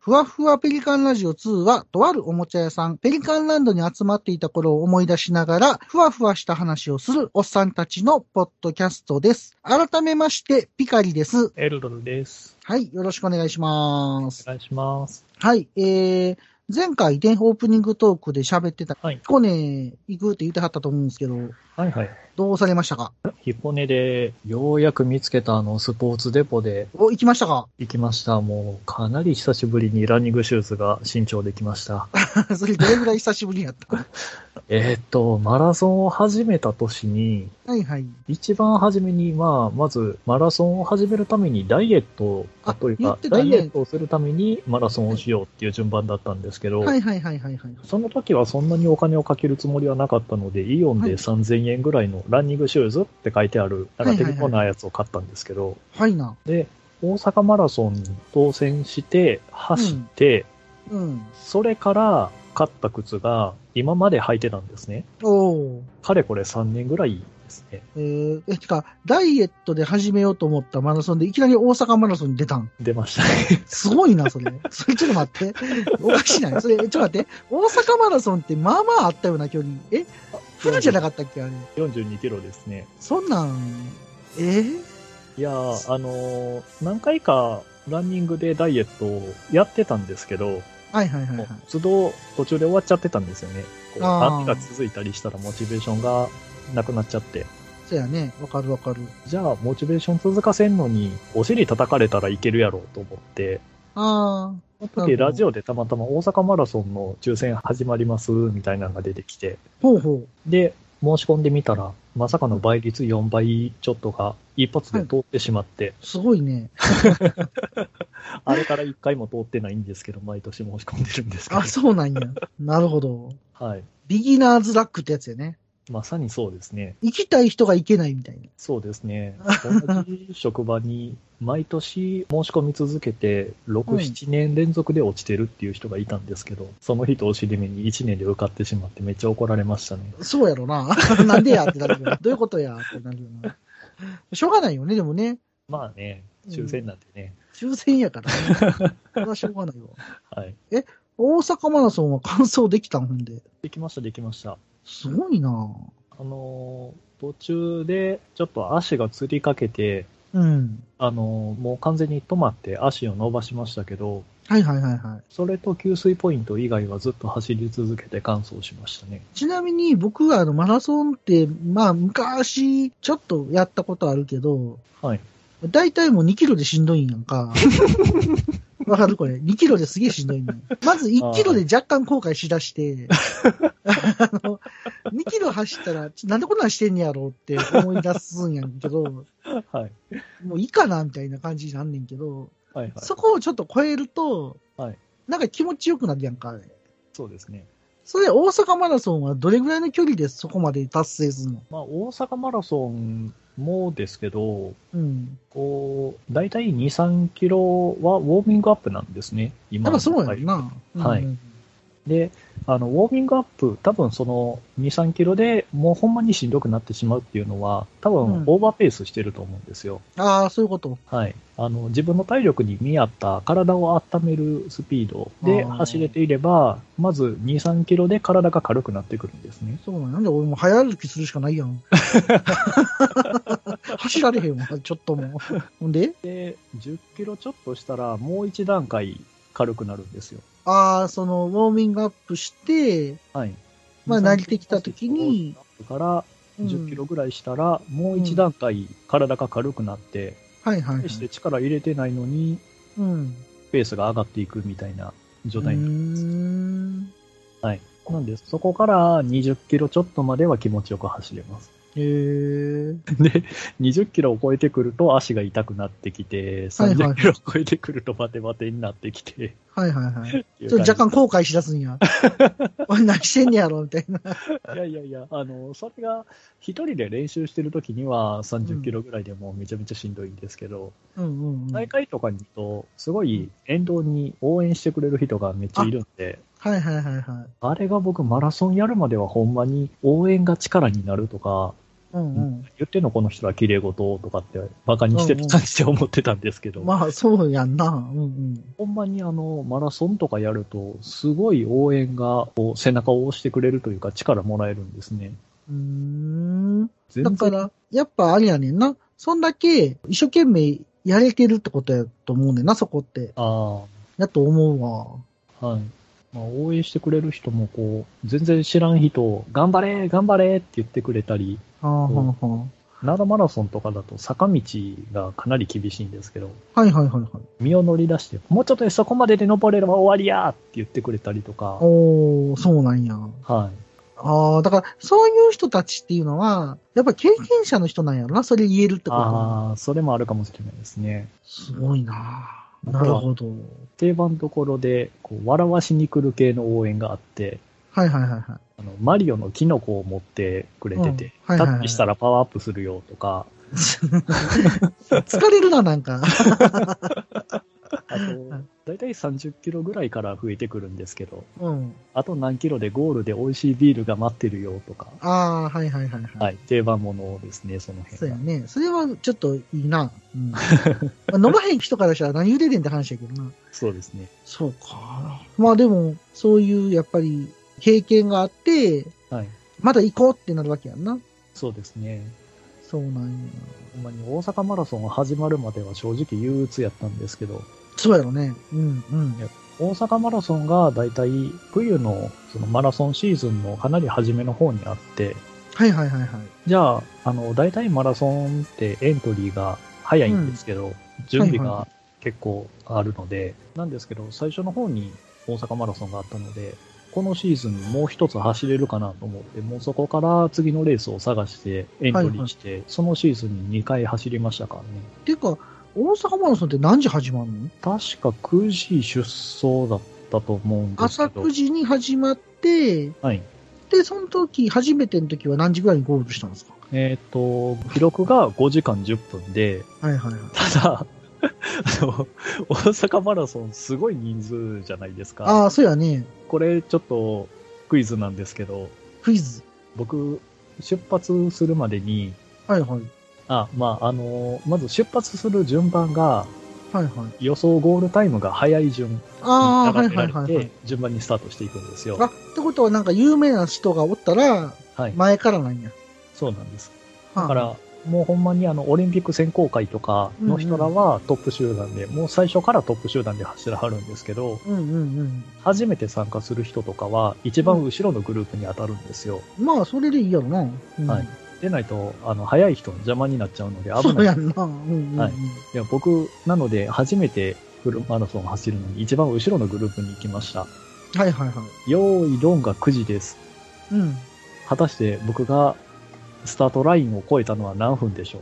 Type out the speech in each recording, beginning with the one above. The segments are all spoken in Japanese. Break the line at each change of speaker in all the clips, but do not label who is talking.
ふわふわペリカンラジオ2は、とあるおもちゃ屋さん、ペリカンランドに集まっていた頃を思い出しながら、ふわふわした話をするおっさんたちのポッドキャストです。改めまして、ピカリです。
エルドンです。
はい、よろしくお願いします
お。願いします。
はい、えー、前回ね、オープニングトークで喋ってた、
はい。
彦根行くって言ってはったと思うんですけど、
はいはい。
どうされましたか
彦根で、ようやく見つけたあの、スポーツデポで
お、行きましたか
行きました。もう、かなり久しぶりにランニングシューズが新調できました。
それどれぐらい久しぶりやった
えーっと、マラソンを始めた年に、
はいはい。
一番初めに、まあ、まず、マラソンを始めるために、ダイエット
あ
という
言
か、
ってた
ダ
ね
イエットをするためにマラソンをしようっていう順番だったんですけど、
はいはいはいはいはい。
その時はそんなにお金をかけるつもりはなかったので、イオン
はい
で3000円ぐらいのランニングシューズって書いてある、なん
はいはい
か手
はい
にこないやつを買ったんですけど、
はいな。
で、大阪マラソン当選して、走って、
うん。
それから買った靴が今まで履いてたんですね。
おー。
かれこれ3年ぐらいですね。
えー、え、てか、ダイエットで始めようと思ったマラソンで、いきなり大阪マラソンに出たん。
出ましたね。
すごいな、それ。それちょっと待って。おかしない。それ、ちょっと待って。大阪マラソンって、まあまああったような距離。えフルじゃなかったっけあれ。
42キロですね。
そんなん、えー、
いやー、あのー何回かランニングでダイエットをやってたんですけど、
はいはいはい
も
は
う
い。
都度途中で終わっちゃってたんですよね。こう
あー
雨が続いたりしたらモチベーションがなくなっちゃって。
そやね。わかるわかる。
じゃあ、モチベーション続かせんのに、お尻叩かれたらいけるやろうと思って、
あな
その
るほ
時
ど
ラジオでたまたま大阪マラソンの抽選始まりますみたいなのが出てきて、
ー、ほうほう。
で、申し込んでみたら、まさかの倍率4倍ちょっとが一発で通ってしまって、
すごいね。
あれから1回も通ってないんですけど、毎年申し込んでるんですけど
あ、、そうなんや。なるほど。
はい。
ビギナーズラックってやつやね。
まさにそうですね。
行きたい人が行けないみたいな。
そうですね。同じ職場に毎年申し込み続けて、6、
うん
7年連続で落ちてるっていう人がいたんですけど、その人を尻目に1年で受かってしまってめっちゃ怒られましたね。
そうやろな。 なんでやってなるよな。どういうことやってなるよな。しょうがないよね、でもね。
まあね、抽選なんてね。
抽選やから、ね。それはしょうがないわ。
はい。
大阪マラソンは完走できたもんで。
できました、できました。
すごいな
あのー途中でちょっと足がつりかけて、
うん。
あのーもう完全に止まって足を伸ばしましたけど、
はいはいはいは
それと給水ポイント以外はずっと走り続けて完走しましたね。
い。ちなみに僕はあのマラソンって、まあ昔ちょっとやったことあるけど、
はい。
大体もう2キロでしんどいんやん か。わかるこれ。2キロですげえしんどいんやん。まず1キロで若干後悔しだして、 あの、2キロ走ったら、ちなんでこんなんしてんねやろうって思い出すんやんけど、も
はい。
ういいかなみたいな感じになんねんけど、
はいはい。
そこをちょっと超えると、
はい
なんか気持ちよくなるやんか。
そうですね。
それ大阪マラソンはどれぐらいの距離でそこまで達成するの
まあ、大阪マラソンもですけど、
うん。
こう、だいたい2、3キロはウォーミングアップなんですね、
や
今
っ
の
ぱそうやんな。
はい
うん
で、あの、ウォーミングアップ、多分その2、3キロでもうほんまにしんどくなってしまうっていうのは、多
うん
分オーバーペースしてると思うんですよ。
ああ、そういうこと。
はい。あの、自分の体力に見合った体を温めるスピードで
あー
走れていれば、まず2、3キロで体が軽くなってくるんですね。
そうなんやなんで俺も早歩きするしかないや ん。走られへんわ、ちょっともう。ほんで
で、10キロちょっとしたらもう一段階軽くなるんですよ。
ああ、その、ウォーミングアップして、
はい。
まあ慣れてきた時に、
から
うん
10キロぐらいしたら、もう一段階体が軽くなって、
はいはい、は
決して
い。
力入れてないのに、
うん。
ペースが上がっていくみたいな状
う
態になるんです。
ーん。
なんで、そこから20キロちょっとまでは気持ちよく走れます。
へえ。
で、20キロを超えてくると足が痛くなってきて、
はいはい
30キロを超えてくるとバテバテになってきて、
はいはいはい。
っていう
ちょ
感
っ
じ
と若干後悔しだすん や。俺何してんねやろ、みたいな。
いやいやいや、あの、それが、一人で練習してるときには
うん
30キロぐらいでもうめちゃめちゃしんどいんですけど、
うんうん、うん。は
大
い
会とかに行くと、すごい沿道に応援してくれる人がめっちゃいるんで、
はいはいはい。
あれが僕マラソンやるまではほんまに応援が力になるとか、
うんうん。
言ってんのこの人は綺麗事とかって、バカにしてた感じで思ってたんですけど、
まあ、そうやんな。うん
ほんまにあの、マラソンとかやると、すごい応援が、こう背中を押してくれるというか、力もらえるんですね。
うん。うーん。
全
だ
然
から、やっぱあれやねんな。そんだけ一生懸命やれてるってことやと思うねんな、そこって。
あ
やと思うわ。
あ、はい。まあ、応援してくれる人も、こう、全然知らん人、頑張れ頑張れって言ってくれたり、
はあ、はあ、は
奈良マラソンとかだと坂道がかなり厳しいんですけど、
あ。はいはいはいはい。
身を乗り出して、もうちょっとでそこまでで登れれば終わりやーって言ってくれたりとか、
おー、そうなんや。
はい。
ああ、だから、そういう人たちっていうのは、やっぱ経験者の人なんやろな、それ言えるってことは。
ああ、それもあるかもしれないですね。
すごいな。なるほど。
定番どころで、こう、笑わしに来る系の応援があって、
はいはいはいはい。
あの、マリオのキノコを持ってくれてて、
うんはいはいはい
タッチしたらパワーアップするよとか、
疲れるな、なんか。
あと、だいたい30キロぐらいから増えてくるんですけど、
うん。
あと何キロでゴールで美味しいビールが待ってるよとか、
ああ、はいはいはいはい。
はい、定番ものですね、その
そう
辺
や
が。
ね。それはちょっといいな。うん。ま あ飲まへん人からしたら何言うててんって話やけどな。
そうですね。
そうか。まあでも、そういうやっぱり経験があって、
はい。
まだ行こうってなるわけやんな。
そうですね。
そうなんや。
ほんまに大阪マラソンが始まるまでは正直憂鬱やったんですけど、
そうやろね。うんうん。
大阪マラソンがだいたい冬のそのマラソンシーズンのかなり初めの方にあって、
はいはいはいはい。
じゃあ、あの、大体マラソンってエントリーが早いんですけど、準備
はいは
が結構あるので、なんですけど、最初の方に大阪マラソンがあったので、このシーズンもう一つ走れるかなと思って、もうそこから次のレースを探してエントリーして、そのシーズンに2回走りましたからね。
ていうか、大阪マラソンって何時始まるの
確か9時出走だったと思うんですけ
朝
ど。
9時に始まって、
はい。
で、その時、初めての時は何時ぐらいにゴールしたんですか
えっ、と、記録が5時間10分で、
はいはいはい。
ただ、あの、大阪マラソンすごい人数じゃないですか。
ああ、そうやね。
これちょっとクイズなんですけど、
クイズ。
僕、出発するまでに、
はいはい。
あ、まあ、あの、まず出発する順番が、
はいはい。
予想ゴールタイムが早い順に
ああ、はい
並べ
は
ら
いはい、
れ
は
て
い。、
順番にスタートしていくんですよ
あ、。ってことはなんか有名な人がおったら、
はい。
前からなんや。
そうなんです。
だ
だか、ら、もうほんまにあの、オリンピック選考会とかの人らはトップ集団で、もう最初からトップ集団で走らはるんですけど、
うんうんうん。
初めて参加する人とかは、一番後ろのグループに当たるんですよ。
まあ、それでいいやろな。うん、
はい。でないと、あの、早い人の邪魔になっちゃうので危
そう
ない。
やんな。うんうん、うん
はいいや、僕、なので、初めてフルマラソンを走るのに、一番後ろのグループに行きました。
はいはいは
用意ドンが9時です。
い。うん。
果たして僕がスタートラインを越えたのは何分でしょ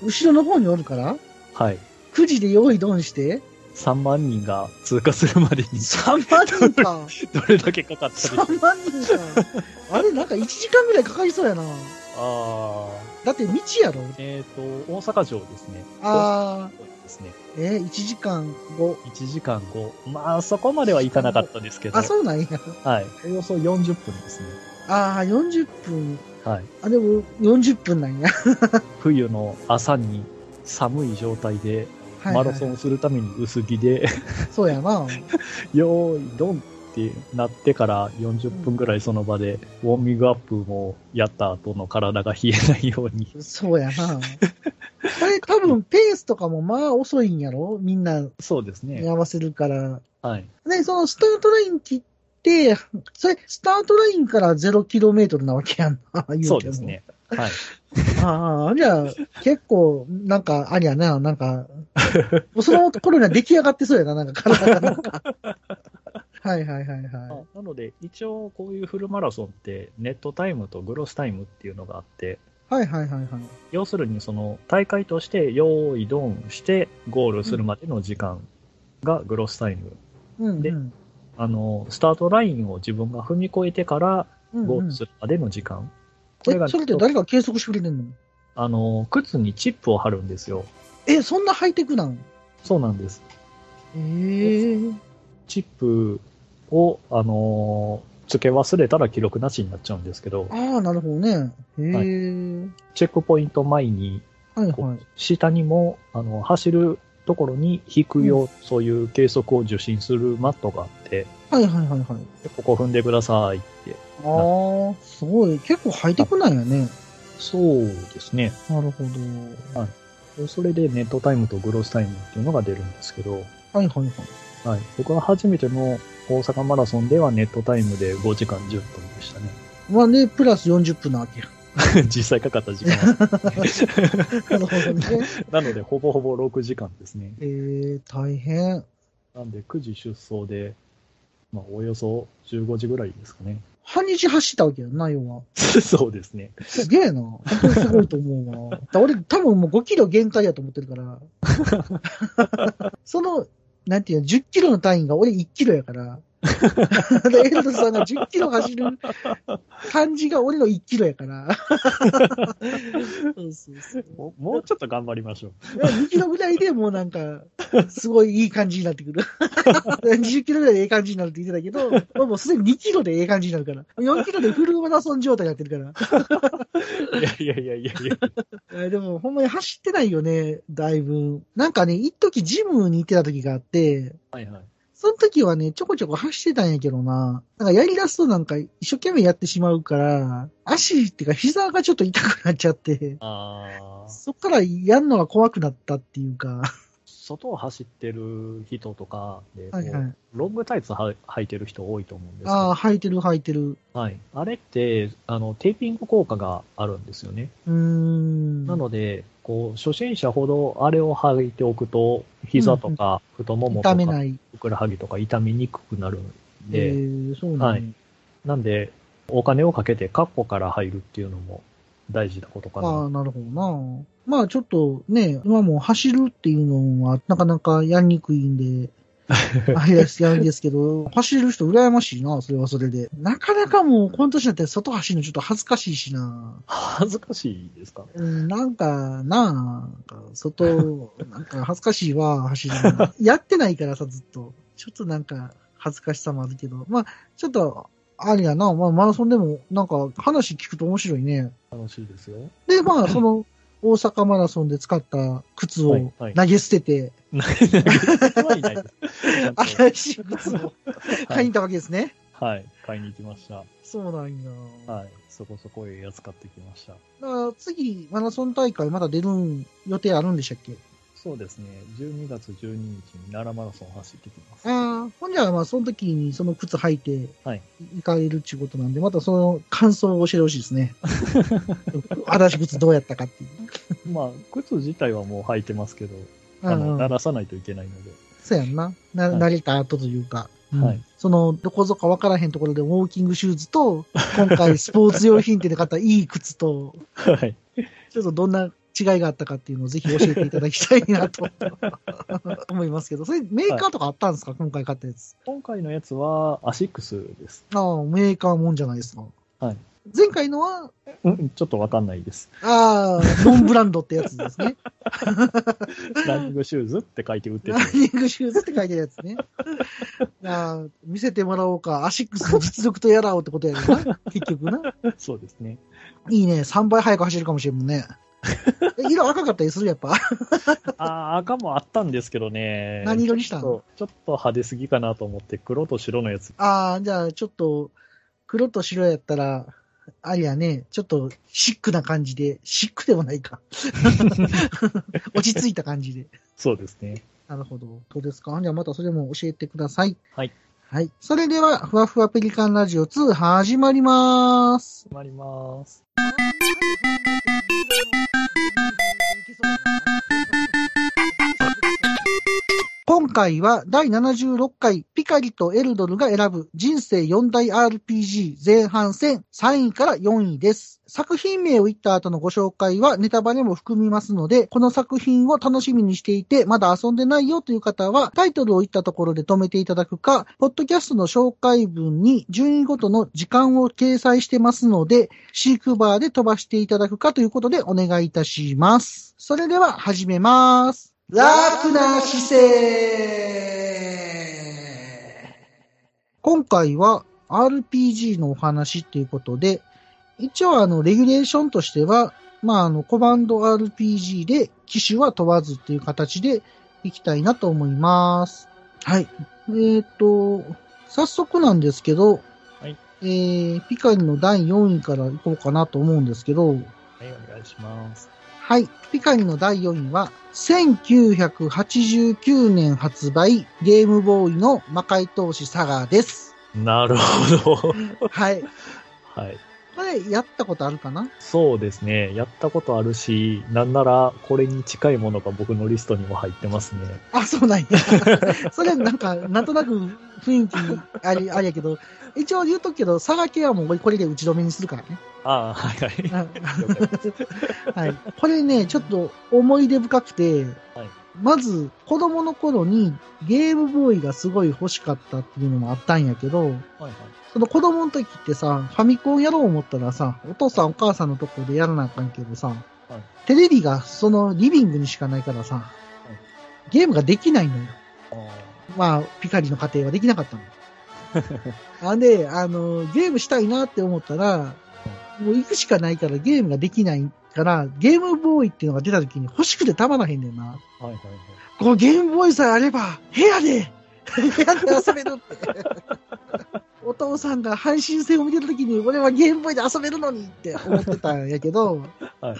う
後ろの方におるから、
はい。
9時で用意ドンして、
3万人が通過するまでに
3万人か。
どれだけかかったでしょう
3万人か。あれ、なんか1時間ぐらいかかりそうやな。
あ
だって道やろ。
ーえっ、と、大阪城ですね。
ああ、
大阪城ですね。
えー、1時間後。
1時間後。まあ、そこまではいかなかったですけど。
あ、そうなんや。
はい。およそ40分ですね。
ああ、40分。
はい。
あ、でも40分なんや。
冬の朝に寒い状態で、
はいは
マ
い
ラソンするために薄着で、
そうやな。
よーい、ドンってなってから40分ぐらいその場で、ウォーミングアップもやった後の体が冷えないように。
そうやな。これ多分ペースとかもまあ遅いんやろみんな
そうですね。
に合わせるから。
はい。
で、そのスタートライン切って、それ、スタートラインから0キロメートルなわけやん な。言ても
そうです。ね。はい。
ああ、じゃあ、結構、なんか、ありやな、なんか、もうその頃には出来上がってそうやな、なんか体がなん か。はいはいはいは
なので、一応こういうフルマラソンって、ネットタイムとグロスタイムっていうのがあって、
い。はいはいはいはい。
要するにその大会として用意ドンしてゴールするまでの時間がグロスタイム。
うん、
で
うん。
あの、スタートラインを自分が踏み越えてから
うん
ゴ
う
ー
ん
ルするまでの時間。これが
え、それって誰が計測してくれてんの
あの、靴にチップを貼るんですよ。
え、そんなハイテクなん
そうなんです。
ええー。
チップを、あの、付け忘れたら記録なしになっちゃうんですけど、
ああ、なるほどね。へえ、
チェックポイント前に、
はい。
こう
はい
下にも、あの、走るところに引くよ、そういう計測を受信するマットがあって、
はいはいはいはい。
でここ踏んでくださいって。
ああ、すごい。結構ハイテクなんやね。
そうですね。
なるほど。
でそれでネットタイムとグロスタイムっていうのが出るんですけど、
はいはいはい。
はい、僕は初めての大阪マラソンではネットタイムで5時間10分でしたね。
まあね、プラス40分なわけや。
実際かかった時間は。
なるほどね。
なので、ほぼほぼ6時間ですね。
えー、大変。
なんで、9時出走で、まあ、およそ15時ぐらいですかね。
半日走ったわけやんな、要は。
そうですね。
すげえな。本当にすごいと思うわ。だ俺、多分もう5キロ限界やと思ってるから。 その、なんていうの、10キロの単位が俺1キロやから。で、エンドさんが10キロ走る感じが俺の1キロやから。 そうそうそう。
もうもうちょっと頑張りま しょう。
2キロぐらいでもうなん か、すごいいい感じになってくる。20キロぐらいでええ感じになるって言ってたけど、もうすでに2キロでええ感じになるから。4キロでフルマラソン状態になってるから。
いやいやいやいやいや。
えーでも、ほんまに走ってないよね、だいぶ。なんかね、一時ジムに行ってた時があって、
はいはい。
その時はね、ちょこちょこ走ってたんやけどな。なんかやり出すとなんか一生懸命やってしまうから、足っていうか膝がちょっと痛くなっちゃって、
あー
そっからやるのが怖くなったっていうか。
外を走ってる人とかで、
はいは
こ
い。
うロングタイツは履いてる人多いと思うんですけ
あ
ど
あ、、履いてる履いてる。
はい、あれってあのテーピング効果があるんですよね。
うーん。
なので、こう初心者ほどあれを履いておくと、膝とか太ももと
痛
か、
めない。
ふくらはぎとか痛みにくくなるん
え
で、
ー、そうなんや
なんで、お金をかけてカッコから入るっていうのも大事なことか
ああ、
な。
なるほどな。まあちょっとね、今もう走るっていうのはなかなかやりにくいん で、あれです、やるんですけど、走る人羨ましいな、それはそれで。なかなかもう、この年になって外走るのちょっと恥ずかしいしな。
恥ずかしいですか
うん、なんか、なあ、なんか 外、なんか恥ずかしいわ、走るの。やってないからさ、ずっと。ちょっとなんか、恥ずかしさもあるけど。まあ、ちょっと、ありやな。まあ、マラソンでも、なんか、話聞くと面白いね。
楽しいで すよ。
で、ま あ、その、大阪マラソンで使った靴
はい
を
はい
投げ捨て て、
はいないです
新しい靴を買い に行
はい
ったわけですね。
はい、買いに行きました。
そうなんや。
はい、そこそこええやつ買ってきました。
だから次、マラソン大会まだ出るん予定あるんでしたっけ
そうですね、12月12日に奈良マラソン走ってきます。
ああ、ほんじゃ、まあ、その時にその靴履いて、
はい
行かれるっていうことなんで、またその感想を教えてほしいです ね。新しい靴どうやったかっていう。
まあ、靴自体はもう履いてますけど、
う
あの、
んう
鳴
ん、
らさないといけないので。
そうやんな。な、
はい
慣れた後というか。うん
はい
その、どこぞかわからへんところでウォーキングシューズと、今回スポーツ用品店で買ったいい靴と、
はい。
ちょっとどんな違いがあったかっていうのをぜひ教えていただきたいな と思いますけど、それメーカーとかあったんですか、今回買ったやつ。
今回のやつは、アシックスです。
ああ、メーカーもんじゃないですか。
はい。
前回のは、
うん、ちょっとわかんないです。
ああ、ノンブランドってやつですね。
ランニングシューズって書いて売って
ラ
て
ン。ニングシューズって書いてるやつね。ああ、見せてもらおうか。アシックスの実力とやらおうってことやねんな。結局な。
そうですね。
いいね。3倍速く走るかもしれんもんね。え色赤かったりするやっぱ。
あー、赤もあったんですけどね。
何色にしたの
そうちょっと派手すぎかなと思って、黒と白のやつ。
ああ、じゃあちょっと、黒と白やったら、ありやね、ちょっとシックな感じで、シックでもないか。落ち着いた感じで。
そうですね。
なるほど。どうですかじゃあまたそれも教えてください。
はい。
はい。それでは、ふわふわペリカンラジオ2始まります。
決まります。
今回は第76回ピカリとエルドルが選ぶ人生4大 RPG 前半戦3位から4位です。作品名を言った後のご紹介はネタバレも含みますので、この作品を楽しみにしていてまだ遊んでないよという方はタイトルを言ったところで止めていただくか、ポッドキャストの紹介文に順位ごとの時間を掲載してますので、シークバーで飛ばしていただくかということでお願いいたします。それでは始めます。楽な姿勢今回は RPG のお話っていうことで、一応あの、レギュレーションとしては、まああの、コマンド RPG で機種は問わずっていう形でいきたいなと思います。はい。えっ、と、早速なんですけど、
はい
えー、ピカリの第4位からいこうかなと思うんですけど、
はい、お願いします。
はい。ピカリの第4位は、1989年発売、ゲームボーイの魔界闘士サガーです。
な るほど。
はい。
はい。
これ、やったことあるかな
そうですね。やったことあるし、なんならこれに近いものが僕のリストにも入ってますね。
あ、そうなんや。それ、なんか、なんとなく雰囲気あり、あれやけど、一応言うとくけど、サガ系はもう俺これで打ち止めにするからね。
ああ、はいはい。了解です
はい。これね、ちょっと思い出深くて、
はい
まず、子供の頃にゲームボーイがすごい欲しかったっていうのもあったんやけど、
はいはい。
その子供の時ってさ、ファミコンやろう思ったらさ、お父さんお母さんのとこでやらなあかんけどさ、テレビがそのリビングにしかないからさ、ゲームができないのよ。まあ、ピカリの家庭はできなかった の。あんで、あの、ゲームしたいなって思ったら、もう行くしかないからゲームができないから、ゲームボーイっていうのが出た時に欲しくてたまらへんねんな。
はいはいはい。
こうゲームボーイさえあれば、部屋で、部屋で遊べるって。お父さんが配信戦を見てるときに、俺はゲームボーイで遊べるのにって思ってたんやけど、
はい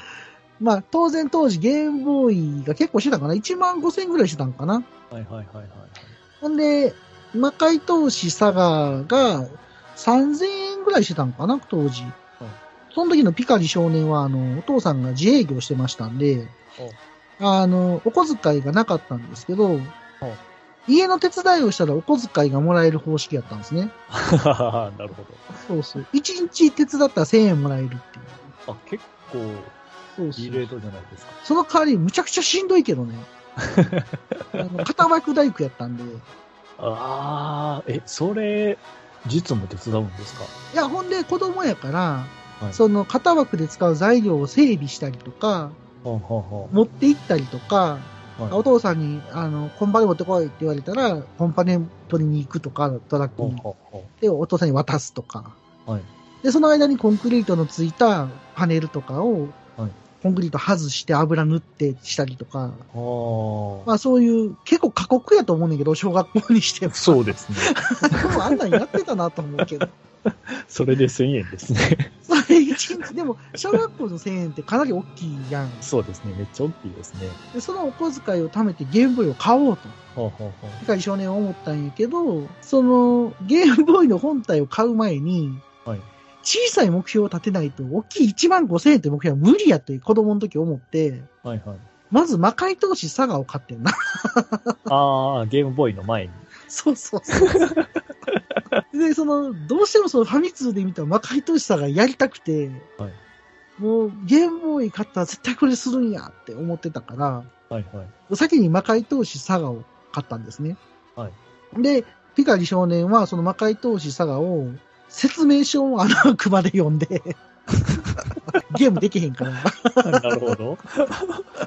まあ当然当時ゲームボーイが結構してたんかな ?1 万5千ぐらいしてたんかな
はいはいはいはい。
ほんで、魔界投資サガが3000円ぐらいしてたんかな当時。その時のピカリ少年は、あの、お父さんが自営業してましたんで、あの、お小遣いがなかったんですけど、家の手伝いをしたらお小遣いがもらえる方式やったんですね。
おなるほ
そうそう。一日手伝ったら1000円もらえるっていう。
ど。あ、結構
そうそ。
いいうレートじゃないですか。
その代わりむちゃくちゃしんどいけ どね。あの片枠大工やったんで。
ああ、え、それ、実務手伝うんですか
いや、ほんで子供やから、
はい
その型枠で使う材料を整備したりとか、
はんはんはん
持って行ったりとか、
はい
お父さんに、あの、コンパネ持ってこいって言われたら、コンパネ取りに行くとか、トラック
ほん
に
ほんほん
で、お父さんに渡すとか。
はい
で、その間にコンクリートのついたパネルとかを、
はい
コンクリート外して油塗ってしたりとか、
あ
まあそういう、結構過酷やと思うねんだけど、小学校にして
あ、
も。
そうですね。
でもあんなんやってたなと思うけど。
それで1000円ですね。
それ一日、でも、小学校の1000円ってかなり大きいやん。
そうですね。めっちゃ大きいですね。
で、そのお小遣いを貯めてゲームボーイを買おうと。
はんはんはん
世界少年は思ったんやけど、その、ゲームボーイの本体を買う前に、
はい
小さい目標を立てないと、大きい1万5000円という目標は無理やという子供の時思って、
はいはい。
まず魔界投資サガを買ってんな。
ああ、ゲームボーイの前に。
そうそうそう。 で、その、どうしてもそのファミ通で見た魔界投資サガやりたくて、
はい
もうゲームボーイ買ったら絶対これするんやって思ってたから、
はいはい。
先に魔界投資サガを買ったんですね。
は
で、ピカリ少年はその魔界投資サガを説明書をあの悪魔で読ん で、ゲームできへんから。
なるほど。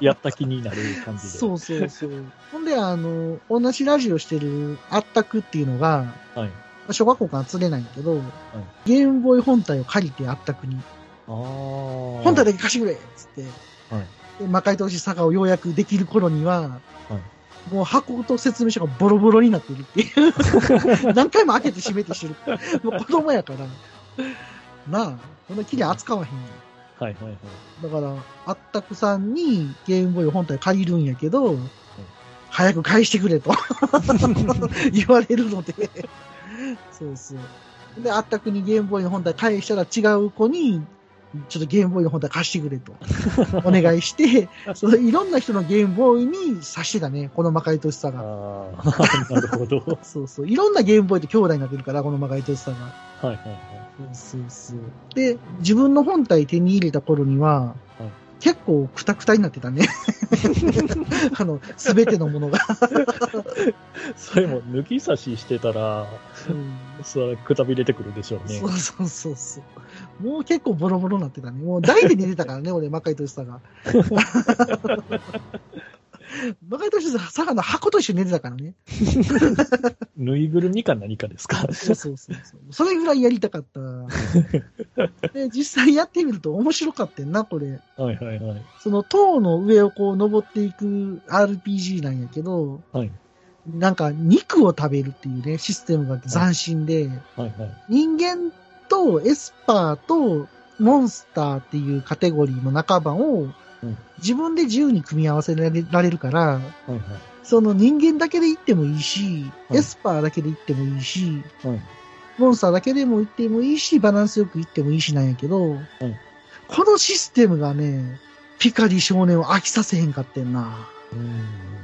やった気になる感じで。
そうそうそう。ほんで、あの、同じラジオしてるあったくっていうのが、
はい。
小学校から釣れないんやけど、ゲームボーイ本体を借りてあったくに、
ああ。本
本体だけ貸してくれっつって、
はい
で魔界投資サガをようやくできる頃には、
は
もう箱と説明書がボロボロになってるっていう。 何回も開けて閉めてしてる。もう子供やから。なあ、こんな綺麗扱わへんやん
はいはいはい。
だから、あったくさんにゲームボーイ本体借りるんやけど、早く返してくれと言われるので、そうそう。で、あったくにゲームボーイの本体返したら違う子に、ちょっとゲームボーイの本体貸してくれとお願いして、そのいろんな人のゲームボーイに差してたね、この魔界都市さが。
ああ、なるほど。は
そうそう。いろんなゲームボーイと兄弟になってるから、この魔界都市さが。
いはいは
そうそう。で、自分の本体手に入れた頃には、
はい
結構クタクタになってた ね。あの、すべてのものが。
い。それも抜き差ししてたら、
うん
それくたびれてくるでしょうね
そ。うそうそうそう。もう結構ボロボ ロになってたね。もう大で寝てたからね、俺、魔界都市さが。バカリとして佐賀の箱と一緒に寝てたからね。
ぬいぐるみか何かですか
そうそうそうそう。それぐらいやりたかった。 で、実際やってみると面白かったよな、これ。
はいはいはい。
その塔の上をこう登っていく RPG なんやけど、
はい
なんか肉を食べるっていうね、システムが斬新で、
はいはい。
人間とエスパーとモンスターっていうカテゴリーの仲間を
うん
自分で自由に組み合わせられられるから、
はい
その人間だけで行ってもいいし、
はい
エスパーだけで行ってもいいし、
はい。はい。
モンスターだけでも行ってもいいし、バランスよく行ってもいいしなんやけど、このシステムがね、ピカリ少年を飽きさせへんかってんな。
うん。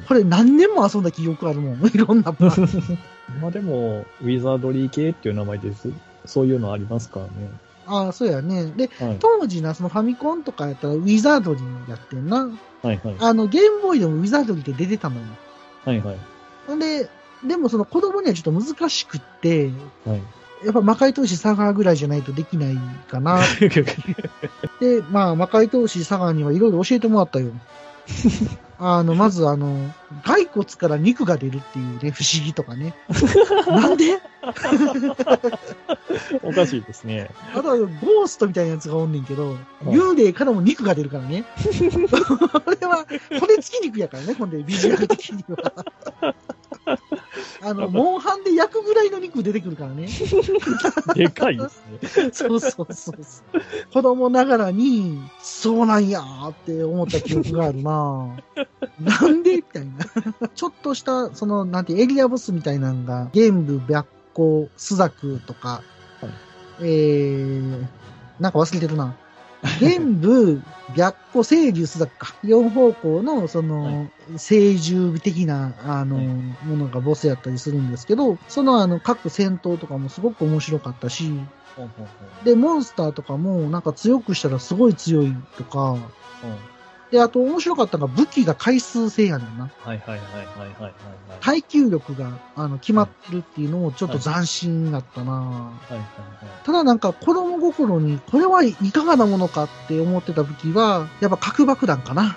これ何年も遊んだ記憶あるもん。い ろんなパ ーティー
まあでも、ウィザードリー系っていう名前です。そういうのありますからね。
ああ、そうやね。で、
はい。
当時な、そのファミコンとかやったらウィザードリーやってんな。
はいはい。
あの、ゲームボーイでもウィザードリーって出てたのよ。
はいはい。
ほんで、でもその子供にはちょっと難しくって、
はい。
やっぱ魔界投資サガーぐらいじゃないとできないかな。で、まあ、魔界投資サガーにはいろいろ教えてもらったよ。あの、まずあの、骸骨から肉が出るっていうね、不思議とかね。 なんで
おかしいですね。
あとはゴーストみたいなやつがおんねんけど、幽霊からも肉が出るからね。これは骨付き肉やからね、ほんで、ビジュアル的には。あの、モンハンで焼くぐらいの肉出てくるからね。
でかいですね。
そうそうそうそう。子供ながらに、そうなんやーって思った記憶があるな なんでみたいな。ちょっとした、その、なんて、エリアボスみたいなのが、玄武、白虎、朱雀とか、
は
え
い
ー、なんか忘れてるな。玄武、白虎、清流、朱雀か。四方向の、そ
は
の、清獣的な、あの、
はい
ものがボスやったりするんですけど、その、あの、各戦闘とかもすごく面白かったし、
ほんほんほん
で、モンスターとかも、なんか強くしたらすごい強いとか、
うん
で、あと面白かったのが武器が回数制やねんな。
はいはいはいはいはいはい。
耐久力があの決まってるっていうのもちょっと斬新だったな、
はいはい
ただなんか子供心にこれはいかがなものかって思ってた武器は、やっぱ核爆弾かな。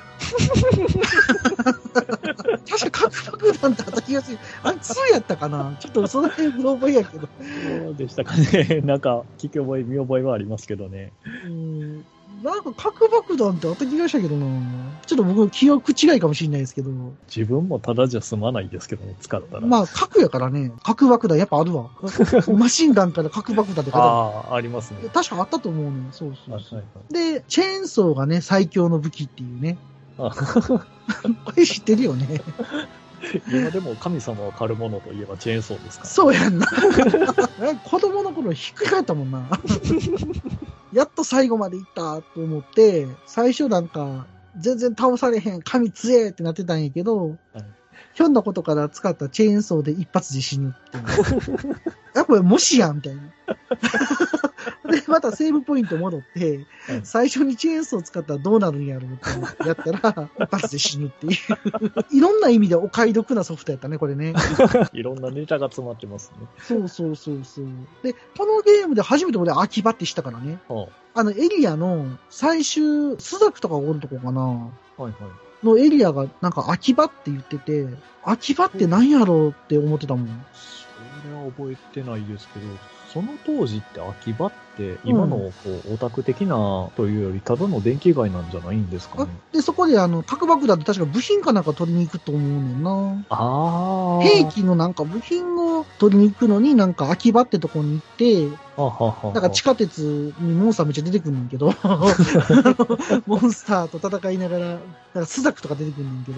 確か核爆弾だった気がする。あれ2やったかなちょっとその辺グローバルやけど。
はい。そうでしたかね。なんか、聞き覚え、見覚えはありますけどね。
うんなんか核爆弾ってあった気がしたけどな。ちょっと僕記憶違いかもしれないですけど。
自分もただじゃ済まないですけどね、使ったら。
まあ核やからね、核爆弾やっぱあるわ。 マシンガンから核爆弾って書いてあ
ああ、あります
る
ね。
確かあったと思うね。そうそ
は
う
い
そう。
はい
で、チェーンソーがね、最強の武器っていうね。
あ
これ知ってるよね。
今でも神様を狩るものといえばチェーンソーですから。
そうやんな。 子供の頃ひっくり返ったもんな。 やっと最後まで行ったと思って、最初なんか、全然倒されへん、神強えってなってたんやけど、
はい
ひょんなことから使ったチェーンソーで一発で死ぬっていう。あ、これもしやんみたいな。 で、またセーブポイント戻って、
はい
最初にチェーンソー使ったらどうなるんやろうって思ってやったら、一発で死ぬっていう。 いろんな意味でお買い得なソフトやったね、これね。
いろんなネタが詰まってますね。
そうそうそうそう。で、このゲームで初めて俺秋葉ってしたからね。
は
あのエリアの最終、スザクとかがおるとこかな
あはいはい。
のエリアがなんか秋葉って言ってて、秋葉って何やろうって思ってたもん。
それは覚えてないですけど、その当時って秋葉って、今のこうオタク的なというより、ただの電気街なんじゃないんですか
あ
ね。
で、そこであの、核爆弾って確か部品かなんか取りに行くと思うねんな。
ああ。
兵器のなんか部品を取りに行くのになんか秋葉ってとこに行って、
ははは
なんか地下鉄にモンスターめっちゃ出てくるんだけど、あのモンスターと戦いながら、なんかスザクとか出てくるんだ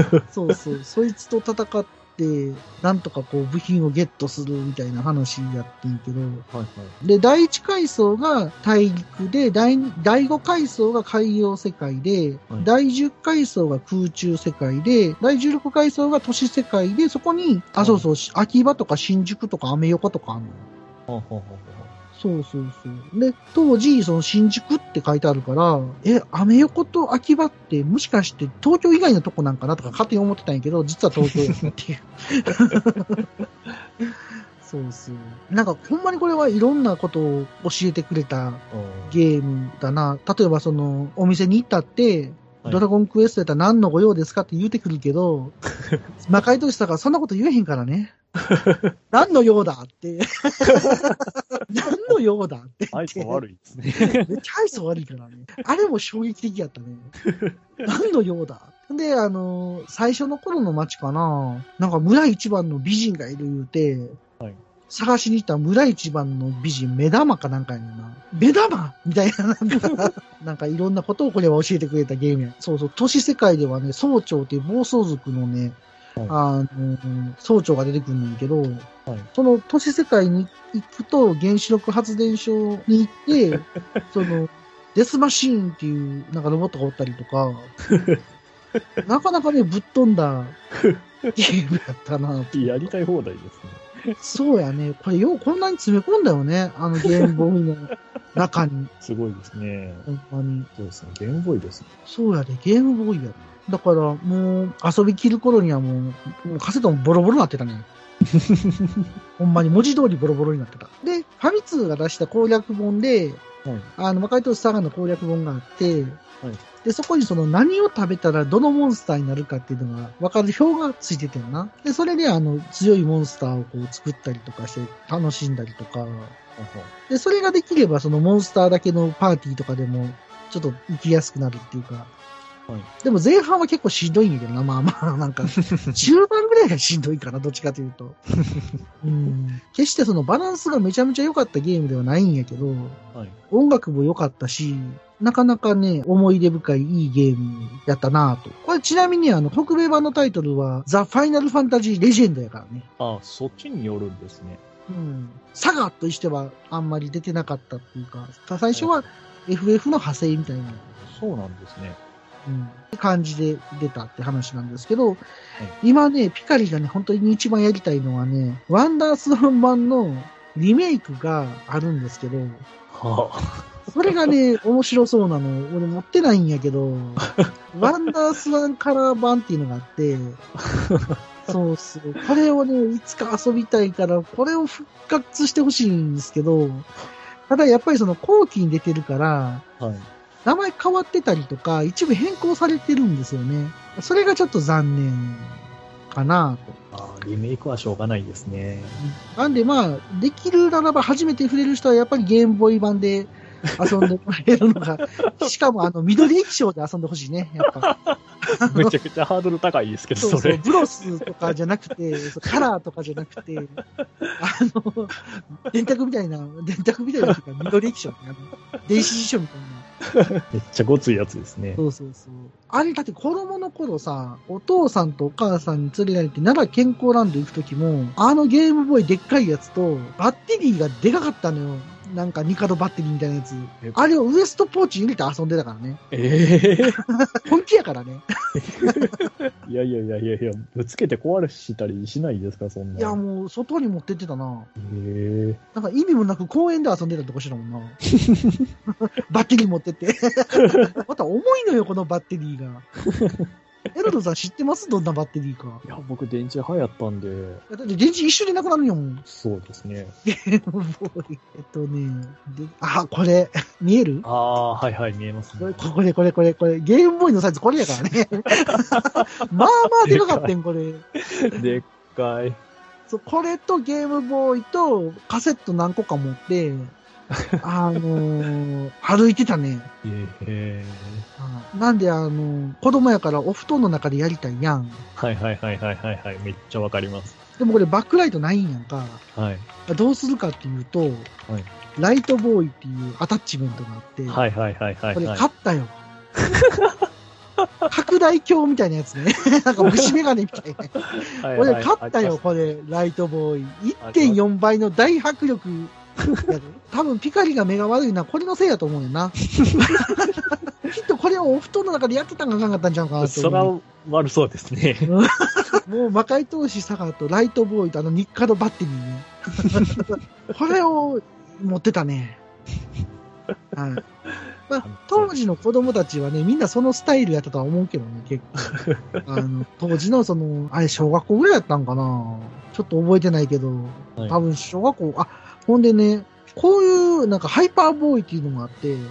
けど、そうそう、そいつと戦って、なんとかこう部品をゲットするみたいな話やってんけど、
はいはい。
で、第1階層が大陸で、第二第5階層が海洋世界で、
はい
第10階層が空中世界で、第16階層が都市世界で、そこに、あ、そうそう、秋葉とか新宿とかアメ横とかあんのよ。
はあはあは
そうそうそう。で、当時、その新宿って書いてあるから、え、アメ横と秋葉ってもしかして東京以外のとこなんかなとか勝手に思ってたんやけど、実は東京やったっていう。そうそう。なんかほんまにこれはいろんなことを教えてくれた
あはあ。
ゲームだな。例えばそのお店に行ったって、
はい
ドラゴンクエストやったら何の御用ですかって言うてくるけ ど、魔界都市だからそんなこと言えへんからね。何の用だ って。何の用だって。
相性悪いですね。
めっちゃ愛想悪いからね。あれも衝撃的やったね。何の用だで、あのー最初の頃の街かな、なんか村一番の美人がいる言うて、
はい
探しに行った村一番の美人、目玉かなんかやねんな。目玉みたいな、なん か、なんかいろんなことをこれは教えてくれたゲームや。そうそう、都市世界ではね、総長っていう暴走族のね、
はい
あのー、総長が出てくるんだけど、
はい
その都市世界に行くと原子力発電所に行 って、その、デスマシーンっていうなんかロボットがおったりとか、なかなかね、ぶっ飛んだゲームやったな。
やりたい放題ですね。
そうやね。これようこんなに詰め込んだよね。あのゲームボーイの中に。
すごいですね。
ほんまに。
そうですね。ゲームボーイですね。
そうやで、ゲームボーイや。だからもう遊びきる頃にはもう、もうカセットもボロボロになってた ね。ほんまに文字通りボロボロになってた。で、ファミ通が出した攻略本で、
はい
あの、魔界とサガの攻略本があって、
はい
で、そこにその何を食べたらどのモンスターになるかっていうのが分かる表がついててんな。で、それであの、強いモンスターをこう作ったりとかして楽しんだりとか、で、それができれば、そのモンスターだけのパーティーとかでも、ちょっと行きやすくなるっていうか。
は
でも前半は結構しんどいんやけどな、まあまあ、なん か、中盤ぐらいがしんどいかな、どっちかというと。うん。決してそのバランスがめちゃめちゃ良かったゲームではないんやけど、
はい。
音楽も良かったし、なかなかね、思い出深いいいゲームやったなぁと。これちなみにあの、北米版のタイトルは、ザ・ファイナルファンタジー・レジェンドやからね。
あ、そっちによるんですね。
うん、サガとしてはあんまり出てなかったっていうか、た最初は FF の派生みたいな、
そうなんですね。
うん、感じで出たって話なんですけど、今ね、ピカリがね、本当に一番やりたいのはね、ワンダースワン版のリメイクがあるんですけど、
はあ。
それがね、面白そうなの、俺持ってないんやけど、ワンダースワンカラー版っていうのがあって、そうそう。これをね、いつか遊びたいから、これを復活してほしいんですけど、ただやっぱりその後期に出てるから、
はい。
名前変わってたりとか、一部変更されてるんですよね。それがちょっと残念かなと。
あリメイクはしょうがないで すね。
なんでまあ、できるならば初めて触れる人はやっぱりゲームボーイ版で遊んでもらえるの が、しかもあの、緑液晶で遊んでほしいね、やっぱ。
めちゃくちゃハードル高いですけど、
そう
そ
そう、
れ。
ブロスとかじゃなくて、そうカラーとかじゃなくて、あの、電卓みたいな、電卓みたいなっていうか、緑液晶ってあの電子辞書みたいな。
めっちゃごついやつですね。
そうそうそう。あれだって子供の頃さ、お父さんとお母さんに連れられて奈良健康ランド行く時も、あのゲームボーイでっかいやつと、バッテリーがでかかったのよ。なんかニカドバッテリーみたいなやつ
え。
あれをウエストポーチに入れて遊んでたからね。
ええ
本気やからね。
いやいやいやいやいや、ぶつけて壊れしたりしないですか、そんな。
いやもう外に持ってってたな。
ええ
なんか意味もなく公園で遊んでたとこしてたもんな。 バッテリー持って って。また重いのよ、このバッテリーが。エルドさん知ってますどんなバッテリーか。
いや、僕電池流行ったんで、
いやだって電池一瞬でなくなるんやもん。
そうですね。
ゲームボーイ。えっとね、であ、これ、見える
ああ、はいはい、見えますね。
これ、これ、これ、これ、ゲームボーイのサイズこれやからね。 まあまあでかかってん、これ。
でっかい。
そう、これとゲームボーイとカセット何個か持っ て、あのー歩いてたね。
ええ
はいなんで、あのー子供やからお布団の中でやりたいやん。
はいはいはいはいはいはい、めっちゃわかります。
でもこれバックライトないんやんか。
はい。
どうするかっていうと、ライトボーイっていうアタッチメントがあって、
はいはいはいはい、
これ
はい。
買ったよ。 拡大鏡みたいなやつね。 なんか虫眼鏡みたいな。
はい
こ
はい
れ買ったよ、これ、ライトボーイ。1.4倍の大迫 力。多分ピカリが目が悪いのはこれのせいやと思うよ な。きっとこれをお布団の中でやってたんがあかんかったんちゃうかなと
そ
思
ら
う。
悪そうですね。
もう魔界投資サガとライトボーイとあの日課のバッテリーね。 これを持ってたね。はい。まあ、当時の子供たちはね、みんなそのスタイルやったとは思うけどね、結 構。あの、当時のその、あれ、小学校ぐらいやったんかなちょっと覚えてないけど、
はい
多分小学校、あ、ほんでね、こういうなんかハイパーボーイっていうのがあって、
はいはい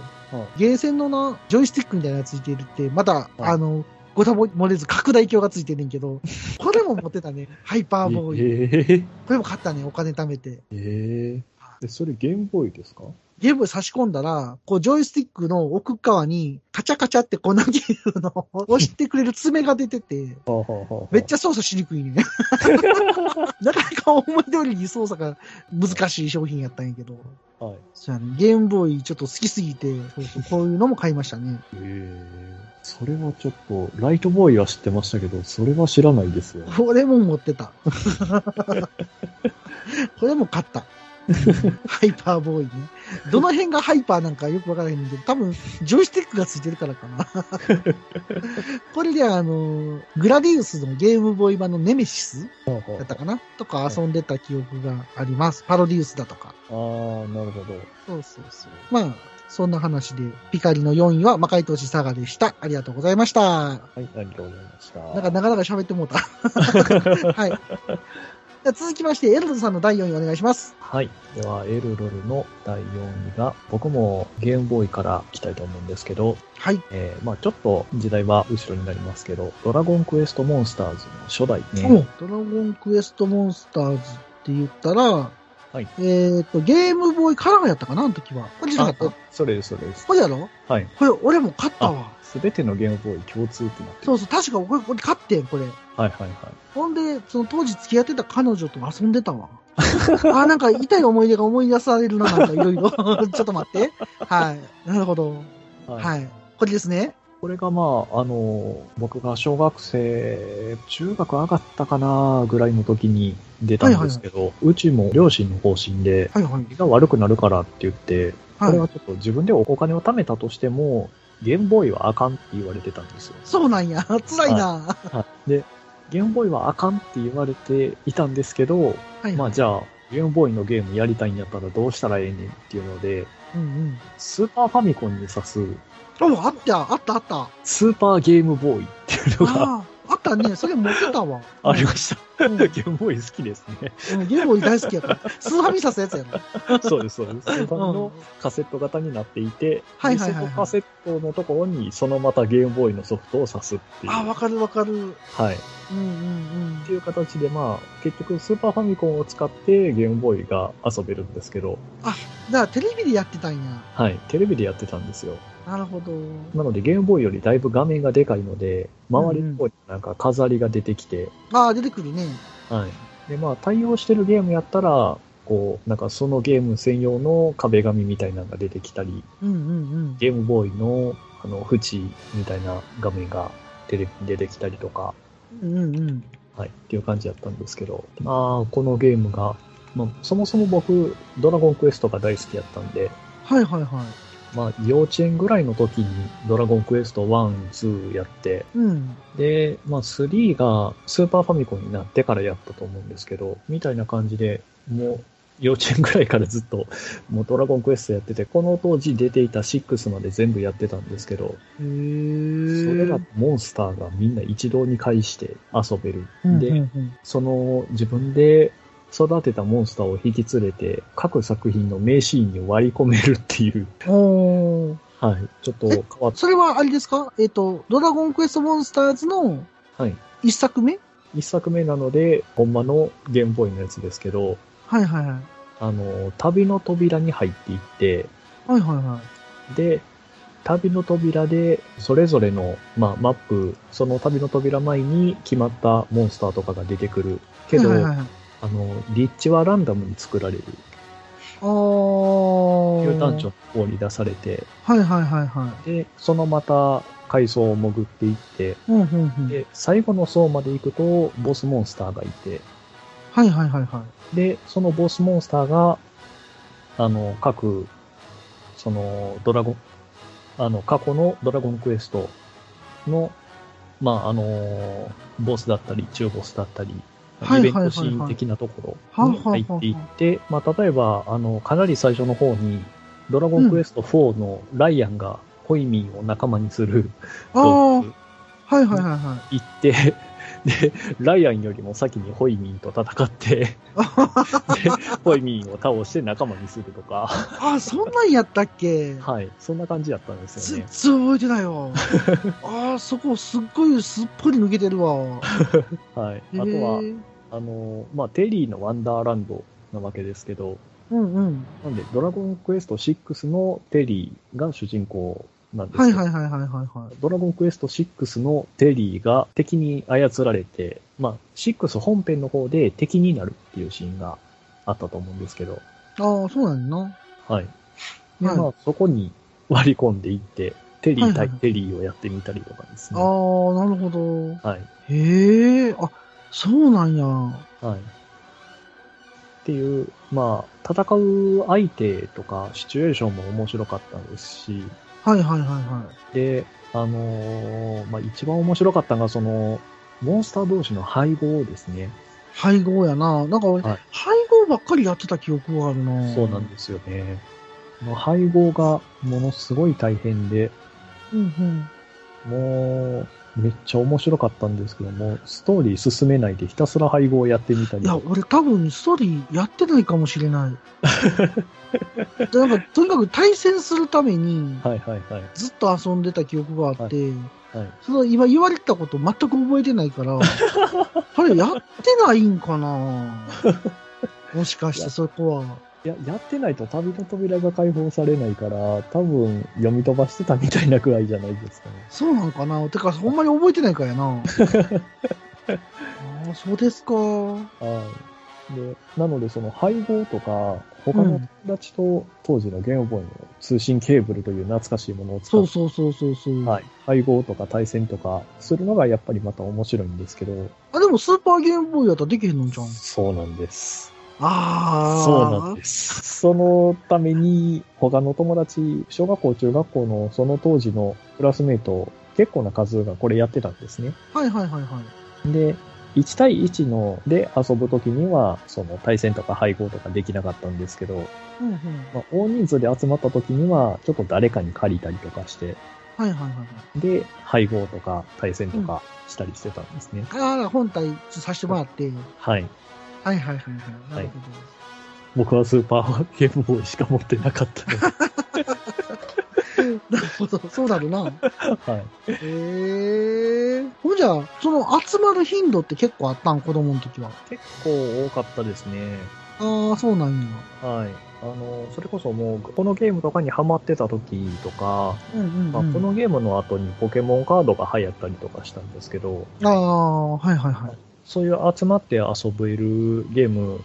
ゲーセンのな、ジョイスティックみたいなやついてるって、まだ、
はい
あの、ごたぼ漏れず拡大鏡がついてんねんけ ど、これも持ってたね。ハイパーボーイ。
えー、
これも買ったね、お金貯めて。
えー、でそれゲームボーイですか
ゲーム差し込んだら、こう、ジョイスティックの奥側に、カチャカチャってこんなゲームの押してくれる爪が出てて、
はあ、はあはあ、
めっち
ゃ。
ゃ操作しにくいね。なかなか思い通りに操作が難しい商品やったんやけど。
はい。
そうやね。ゲームボーイちょっと好きすぎて、そうそうこういうのも買いましたね。
えー、それはちょっと、ライトボーイは知ってましたけど、それは知らないですよ。
これも持ってた。 これも買った。ハイパーボーイね。どの辺がハイパーなんかよくわからへんねんけど、多分、ジョイスティックがついてるからかな。これで、あの、グラディウスのゲームボーイ版のネメシス
はあは
だったかなとか遊んでた記憶があります。パロディウスだとか。
あ、ああ、なるほど。
そうそうそう。まあ、そんな話で、ピカリの4位は魔界投資サガでした。ありがとうございました。
はい、ありがとうございました。
なんかなかなか喋ってもう た。はい。じゃあ続きまして、エルドさんの第4位お願いします。
はい。では、エルロルの第4位が、僕もゲームボーイから来たいと思うんですけど、
はい。
えーまあちょっと時代は後ろになりますけど、ドラゴンクエストモンスターズの初代ね。
おドラゴンクエストモンスターズって言ったら、
はい
えーっと、ゲームボーイカラーやったかなあの時は。これじゃなか
あ
った
それです、それです。
これやろ
はい。
これ俺も買ったわ。
すべてのゲームボーイ共通ってなってる
そうそう、確か俺、俺買ってん、これ。
はいはいはい。
ほんで、その当時付き合ってた彼女と遊んでたわ。あーなんか痛い思い出が思い出されるな、なんかいろい ろ。ちょっと待って。はい。なるほど。
はい
はい。これですね。
これがまあ、あの、僕が小学生、中学上がったかなぐらいの時に出たんですけど、うちも両親の方針で、
はいはい。
胃が悪くなるからって言って、こ
は
れ
い
は。ちょっと自分でお金を貯めたとしても、ゲームボーイはあかんって言われてたんですよ。
そうなんや。辛いな。
はいで、ゲームボーイはあかんって言われていたんですけど、
はい。
まあじゃあ、ゲームボーイのゲームやりたいんやったらどうしたらええねんっていうので、
うん
スーパーファミコンに挿す
うん。あ、あった、あった、あった。あ
スーパーゲームボーイっていうのが
あー、あったね。それ持ってたわ。
ありました。
うん
ゲームボーイ好きです ね。
うんゲームボーイ大好きやから。スーファミさすやつやろ。
そうです、そうです。スーパー
うん
のカセット型になっていて、
はいはいはいはい
そのカセットのところにそのまたゲームボーイのソフトを挿すっていう。
ああ、わかるわかる。うん
はい。
うんうん
って。いう形で、まあ、結局スーパーファミコンを使ってゲームボーイが遊べるんですけど、
だからテレビでやってたんや。
はい。テレビでやってたんですよ。
なるほど。
なので、ゲームボーイよりだいぶ画面がでかいので、周りの方になんか飾りが出てきて、
ああ、出てくるね。
はい。で、まあ、対応してるゲームやったら、こう、なんかそのゲーム専用の壁紙みたいなのが出てきたり、
うんうんうん。
ゲームボーイの、あの、縁みたいな画面がテレビに出てきたりとか、
うんうん。
はい、っていう感じだったんですけど、まあ、このゲームが、まあ、そもそも僕、ドラゴンクエストが大好きやったんで、
はいはいは
まあ、幼稚園ぐらいの時にドラゴンクエスト1、2やって、
い。うん。
で、まあ、3がスーパーファミコンになってからやったと思うんですけど、みたいな感じで、もう、幼稚園ぐらいからずっと、もうドラゴンクエストやってて、この当時出ていた6まで全部やってたんですけど、
へえ。
それらモンスターがみんな一堂に会して遊べる。
うんうんう
で、
ん
その自分で育てたモンスターを引き連れて、各作品の名シーンに割り込めるっていう、
おー
はい、ちょっと変わっ
それはあれですかえっと、ドラゴンクエストモンスターズの
た。はい。
一作目
一作目なので、ほんまのゲームボーイのやつですけど、
はいはいはい。
あの、旅の扉に入っていって、
はいはいはい。
で、旅の扉で、それぞれの、まあ、マップ、その旅の扉前に決まったモンスターとかが出てくる。けど、
はいはいはいはい
あの、立地はランダムに作られる。
あー。
旧単調の方に出されて、
はいはいはいは
で、そのまた階層を潜っていって、
い。うんうんうん。
で、最後の層まで行くと、ボスモンスターがいて、
はいはいはいは
で、そのボスモンスターが、あの、各、その、ドラゴン、あの、過去のドラゴンクエストの、まあ、あの、ボスだったり、中ボスだったり、
はいは
イベ
い
ン
はいはい
トシーン的なところに入ってい
は
って、まあ、例えば、あの、かなり最初の方に、ドラゴンクエスト4のライアンがホイミンを仲間にする
い。あー。
と
はいはいはいは
言って、 で、ライアンよりも先にホイミンと戦って、 で、ホイミンを倒して仲間にする とか、
あ、そんなんやったっけ
はい、そんな感じやったんですよ
全
ね
然。覚えてないわ。ああ、そこすっごいすっぽり抜けてるわ。
はい。
へ
あとは、
ー
あの、まあ、テリーのワンダーランドなわけですけど、
うんうん。
なんで、ドラゴンクエスト6のテリーが主人公なんです
はい
けど、
はいはいはいはいはい。
ドラゴンクエスト6のテリーが敵に操られて、まあ、6本編の方で敵になるっていうシーンがあったと思うんですけど、
ああ、そうなんやな。
はい。で、
はい
まあ、そこに割り込んでいって、テリー
はい
対
はい
テリーをやってみたりとかです
あ
ね。
あ、なるほど。
はい。
へえ、あ、そうなんや。
はい。っていう、まあ、戦う相手とかシチュエーションも面白かったですし、
はいはいはいは
で、あのーまあ、一番面白かったのが、その、モンスター同士の配合ですね。
い。配合やな。なんか俺、
はい
配合ばっかりやってた記憶があるな。
そうなんですよね。この配合がものすごい大変で、
うんうん。
もう、めっちゃ面白かったんですけども、ストーリー進めないでひたすら配合をやってみたり
いや、
とか
俺多分ストーリーやってないかもしれ ない。でなんか、とにかく対戦するために、
はいはいはい。
ずっと遊んでた記憶があって、
はい
その今言われてたこと全く覚えてない から、それやってないんか なもしかしてそこは。
いや、やってないと旅の扉が解放されないから、多分読み飛ばしてたみたいなくらいじゃないですかね。
そうなんかなてか、ほんまに覚えてないからや な。ああ、そうですか。
はい。で、なのでその配合とか、他
う
の
ん
友達と当時のゲームボーイの通信ケーブルという懐かしいものを使
そ
っ
う
て、
そうそうそうそう、
はい、配合とか対戦とかするのがやっぱりまた面白いんですけど、
あ、でもスーパーゲームボーイやったらできへんのじゃん。
そうなんです。
ああ。
そうなんです。そのために他の友達、小学校、中学校のその当時のクラスメイト、結構な数がこれやってたんですね。
はいはいはいはい。
で、1対1ので遊ぶときには、その対戦とか配合とかできなかったんですけど、
うんうん。
まあ、大人数で集まったときには、ちょっと誰かに借りたりとかして、
はいはいはいはい。
で、配合とか対戦とかしたりしてたんですね。
ああ、本体させてもらって。
はい。
はいはいはいはい。なるほど。
僕はスーパーゲームボーイしか持ってなかったの で、
なるほど。そうなる な。
はい。
へえ。ほんじゃ、その集まる頻度って結構あったん子供の時は。
結構多かったですね。
ああ、そうなんや。
はい。あの、それこそもう、このゲームとかにハマってた時とか、
うんうん、うん。
まあ、このゲームの後にポケモンカードが流行ったりとかしたんですけど、
ああ、はいはいはい。
そういう集まって遊べるゲーム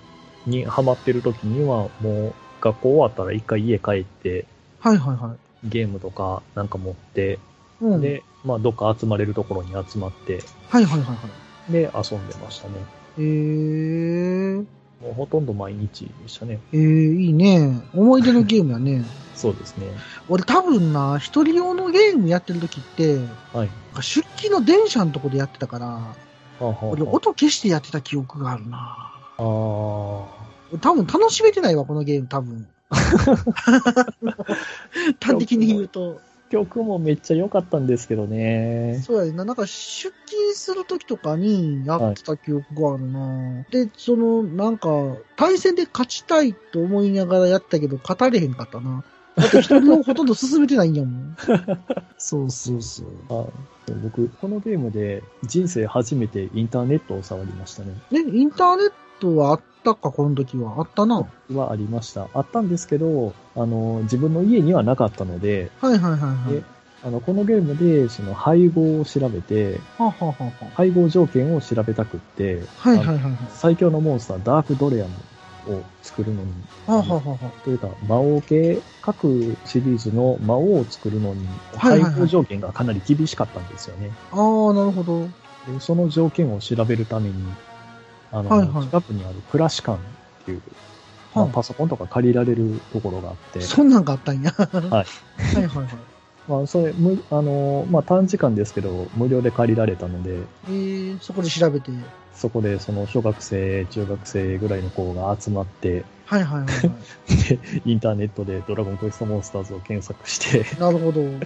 にハマってる時には、もう学校終わったら一回家帰って、
はいはいはい。
ゲームとかなんか持って、
うん、
で、まあどっか集まれるところに集まって、
はいはいはいはい。
で、遊んでましたね。
えー、
もうほとんど毎日でしたね。
えー、いいね。思い出のゲームやね。
そうですね。
俺多分な、一人用のゲームやってる時って、
はい。
出勤の電車のとこでやってたから、
はあ、はあ
俺音消してやってた記憶があるな。
はあ、あー
俺多分楽しめてないわ、このゲーム多 分。端的に言うと。
曲もめっちゃ良かったんですけどね。
そうやねんな。なんか出勤するときとかにやってた記憶があるな、で、その、なんか、対戦で勝ちたいと思いながらやったけど、勝たれへんかったな。だって一人もほとんど進めてないんやもん。 そうそうそう。
僕、このゲームで人生初めてインターネットを触りましたね。
ね、インターネットはあったか、この時は。あったな。は
はありました。あったんですけど、あの、自分の家にはなかったので、
いはいはいはい。
えあの、このゲームで、その配合を調べて、
はあ、はあはあは
配合条件を調べたくって、
あ、はいはい
あの
はいはい。は
最強のモンスター、ダークドレアムを作るのに、
あ、はあはあは
というか、魔王系、各シリーズの魔王を作るのに、
はいはい
配
はい
合条件がかなり厳しかったんですよね。
あ、ああ、なるほど。
でその条件を調べるために、あの、
はいはい
近くにあるクラシカンっていう、まあ
は
パソコンとか借りられるところがあって
あ、、そんなんがあったんや。はいはいはいはい。
まあ、それ、むあのーまあ、短時間ですけど、無料で借りられたので、
えー、そこで調べて。
そこでその小学生、中学生ぐらいの子が集まって、
はいはいはい、 は
で、インターネットでドラゴンクエストモンスターズを検索して、
い。なるほど。はい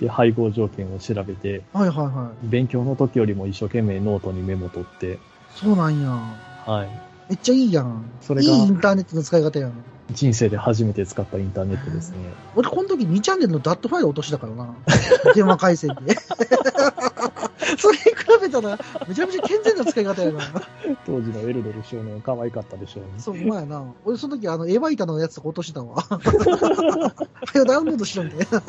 で、配合条件を調べて、
はいは
勉強の時よりも一生懸命ノートにメモ取って、
い。そうなんや。
はい。
めっちゃいいやん。
それ
いい
が
インターネットの使い方やん。
人生で初めて使ったインターネットですね。
俺、この時2チャンネルのダットファイル落としだ からな。電話回線で。 それに比べたら、めちゃめちゃ健全な使い方やな。
当時のエルドル少年可愛かったでしょうね。
そう、ほんまや な。俺、その時、あの、エヴァイタのやつとか落としてたわ。はよ、ダウンロードしろみたい な。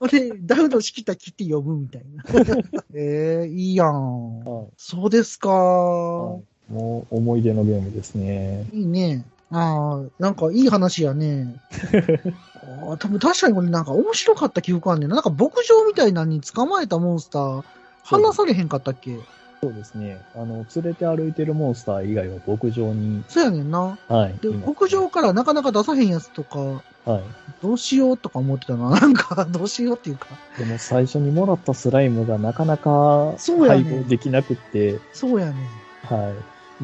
俺、ダウンロードしきったら切って読むみたい な。ええいいやん。
はい
そうですか、
はいもう思い出のゲームですね。
いいね。ああ、なんかいい話や ね。ああ、多分確かにこれなんか面白かった記憶あんねんな。なんか牧場みたいなのに捕まえたモンスター、離されへんかったっけ
そうですね。あの、連れて歩いてるモンスター以外は牧場に、
そうやねんな。
はい。
で、
います
牧場からなかなか出さへんやつとか、
はい。
どうしようとか思ってたな。なんか、どうしようっていうか。
でも最初にもらったスライムがなかなか
そうやね
配合できなくって、
そうやねん。
はい。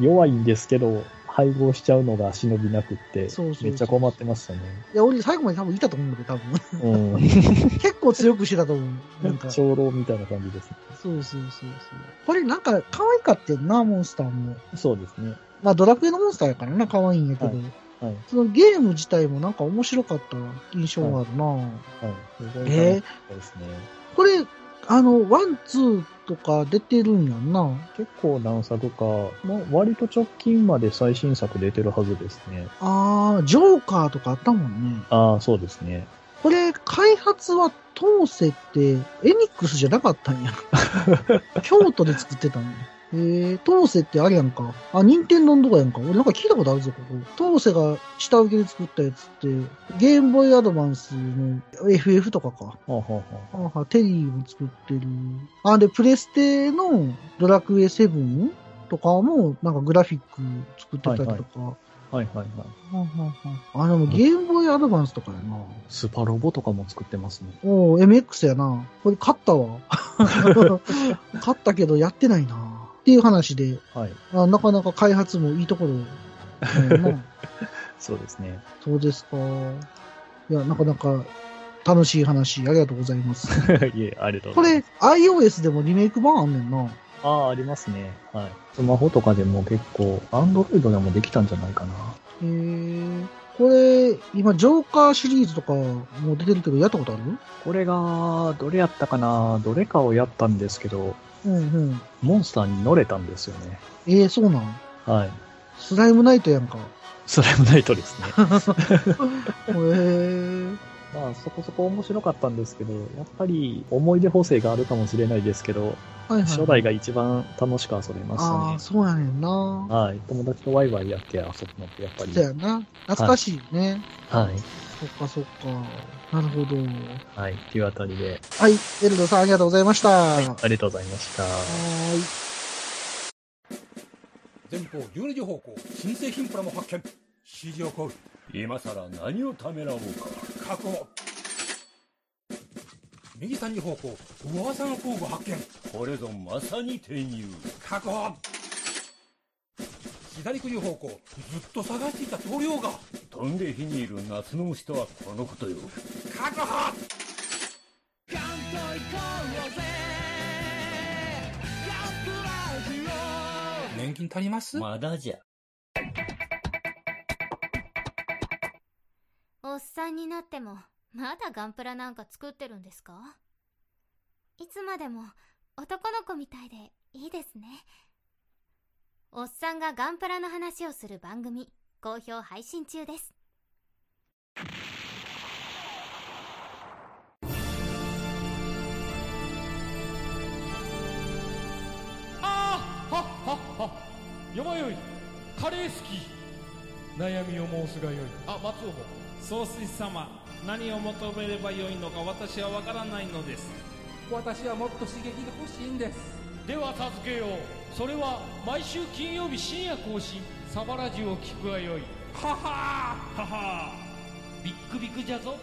弱いんですけど、配合しちゃうのが忍びなくって、
そうそうそう
めっちゃ困ってましたね。
いや、俺最後まで多分 いたと思うんだけど、多分。
うん。
結構強くしてたと思う。なん か。そう
長老みたいな感じですね。
そうそうそう。これなんか可愛かったよな、モンスターも。
そうですね。
まあドラクエのモンスターやからな、可愛いんやけど。
はいはい。
そのゲーム自体もなんか面白かった印象があるな、
はい。すごい楽
え
しかったですね。
これ、あの、ワン、ツーとか出てるんやんな。
結構何作か、もう割と直近まで最新作出てるはずですね。
あー、ジョーカーとかあったもんね。
ああ、そうですね。
これ、開発は当世ってエニックスじゃなかった んや。京都で作ってたんや。えー、当世ってあれやんか。あ、任天堂のとこやんか。俺なんか聞いたことあるぞ、ここ。当世が下請けで作ったやつって、ゲームボーイアドバンスの FF とかか。
はあ、はあはあ、
あはテリーも作ってる。あ、で、プレステのドラクエ7とかも、なんかグラフィック作ってたりとか。
はいはいはい。
あ、でもゲームボーイアドバンスとかやな。
スパロボとかも作ってますね。
おう MX やな。これ勝ったわ。勝ったけどやってないな。っていう話で、
はい。
あなかなか開発もいいところだよな。
そうですね。
そうですか。いや、なかなか楽しい話、ありがとうございます。
いえ、ありがとう
こ
ござ
れ
います。、
iOS でもリメイク版あんねんな。
ああ、ありますね。はい。スマホとかでも結構、アンドロイドでもできたんじゃないかな。
へえ。これ、今、ジョーカーシリーズとかも出てるけど、やったことある
これが、どれやったかなどれかをやったんですけど、
うんうん。
モンスターに乗れたんですよね。
ええそうなん。
はい。
スライムナイトやんか。
スライムナイトですね。
へえ。
まあ、そこそこ面白かったんですけど、やっぱり思い出補正があるかもしれないですけど、
はいはい。
初代が一番楽しく遊べま
ああ、
し
そうやねん
た
な。
ね。はい。友達とワイワイやって遊ぶのってやっぱり
そう。やな。懐かしいね。
はい。
そっかそっか。なるほど。
はい。っていうあたりで、
はい。エルドさん、ありがとうございました。は
ありがとうございました。
ーい
前方12時方向新製品プラも発見指示を行う
今さら何をためらおうか。
確保右3時方向噂の工具発見
これぞまさに転入。
確保左9時方向ずっと探していた塗料が
飛んで火にいる夏の虫とはこのことよ。
確保年金足ります
まだじゃ。
おっさんになっても、まだガンプラなんか作ってるんですかいつまでも男の子みたいでいいですね。おっさんがガンプラの話をする番組、好評配信中です。
あーはっはっはよまよいカレー好き悩みを申すがよいあ松尾も
総帥様何を求めればよいのか私はわからないのです
私はもっと刺激が欲しいんです
では助けようそれは毎週金曜日深夜更新サバラジュを聞くがよいははははビックビックじゃぞ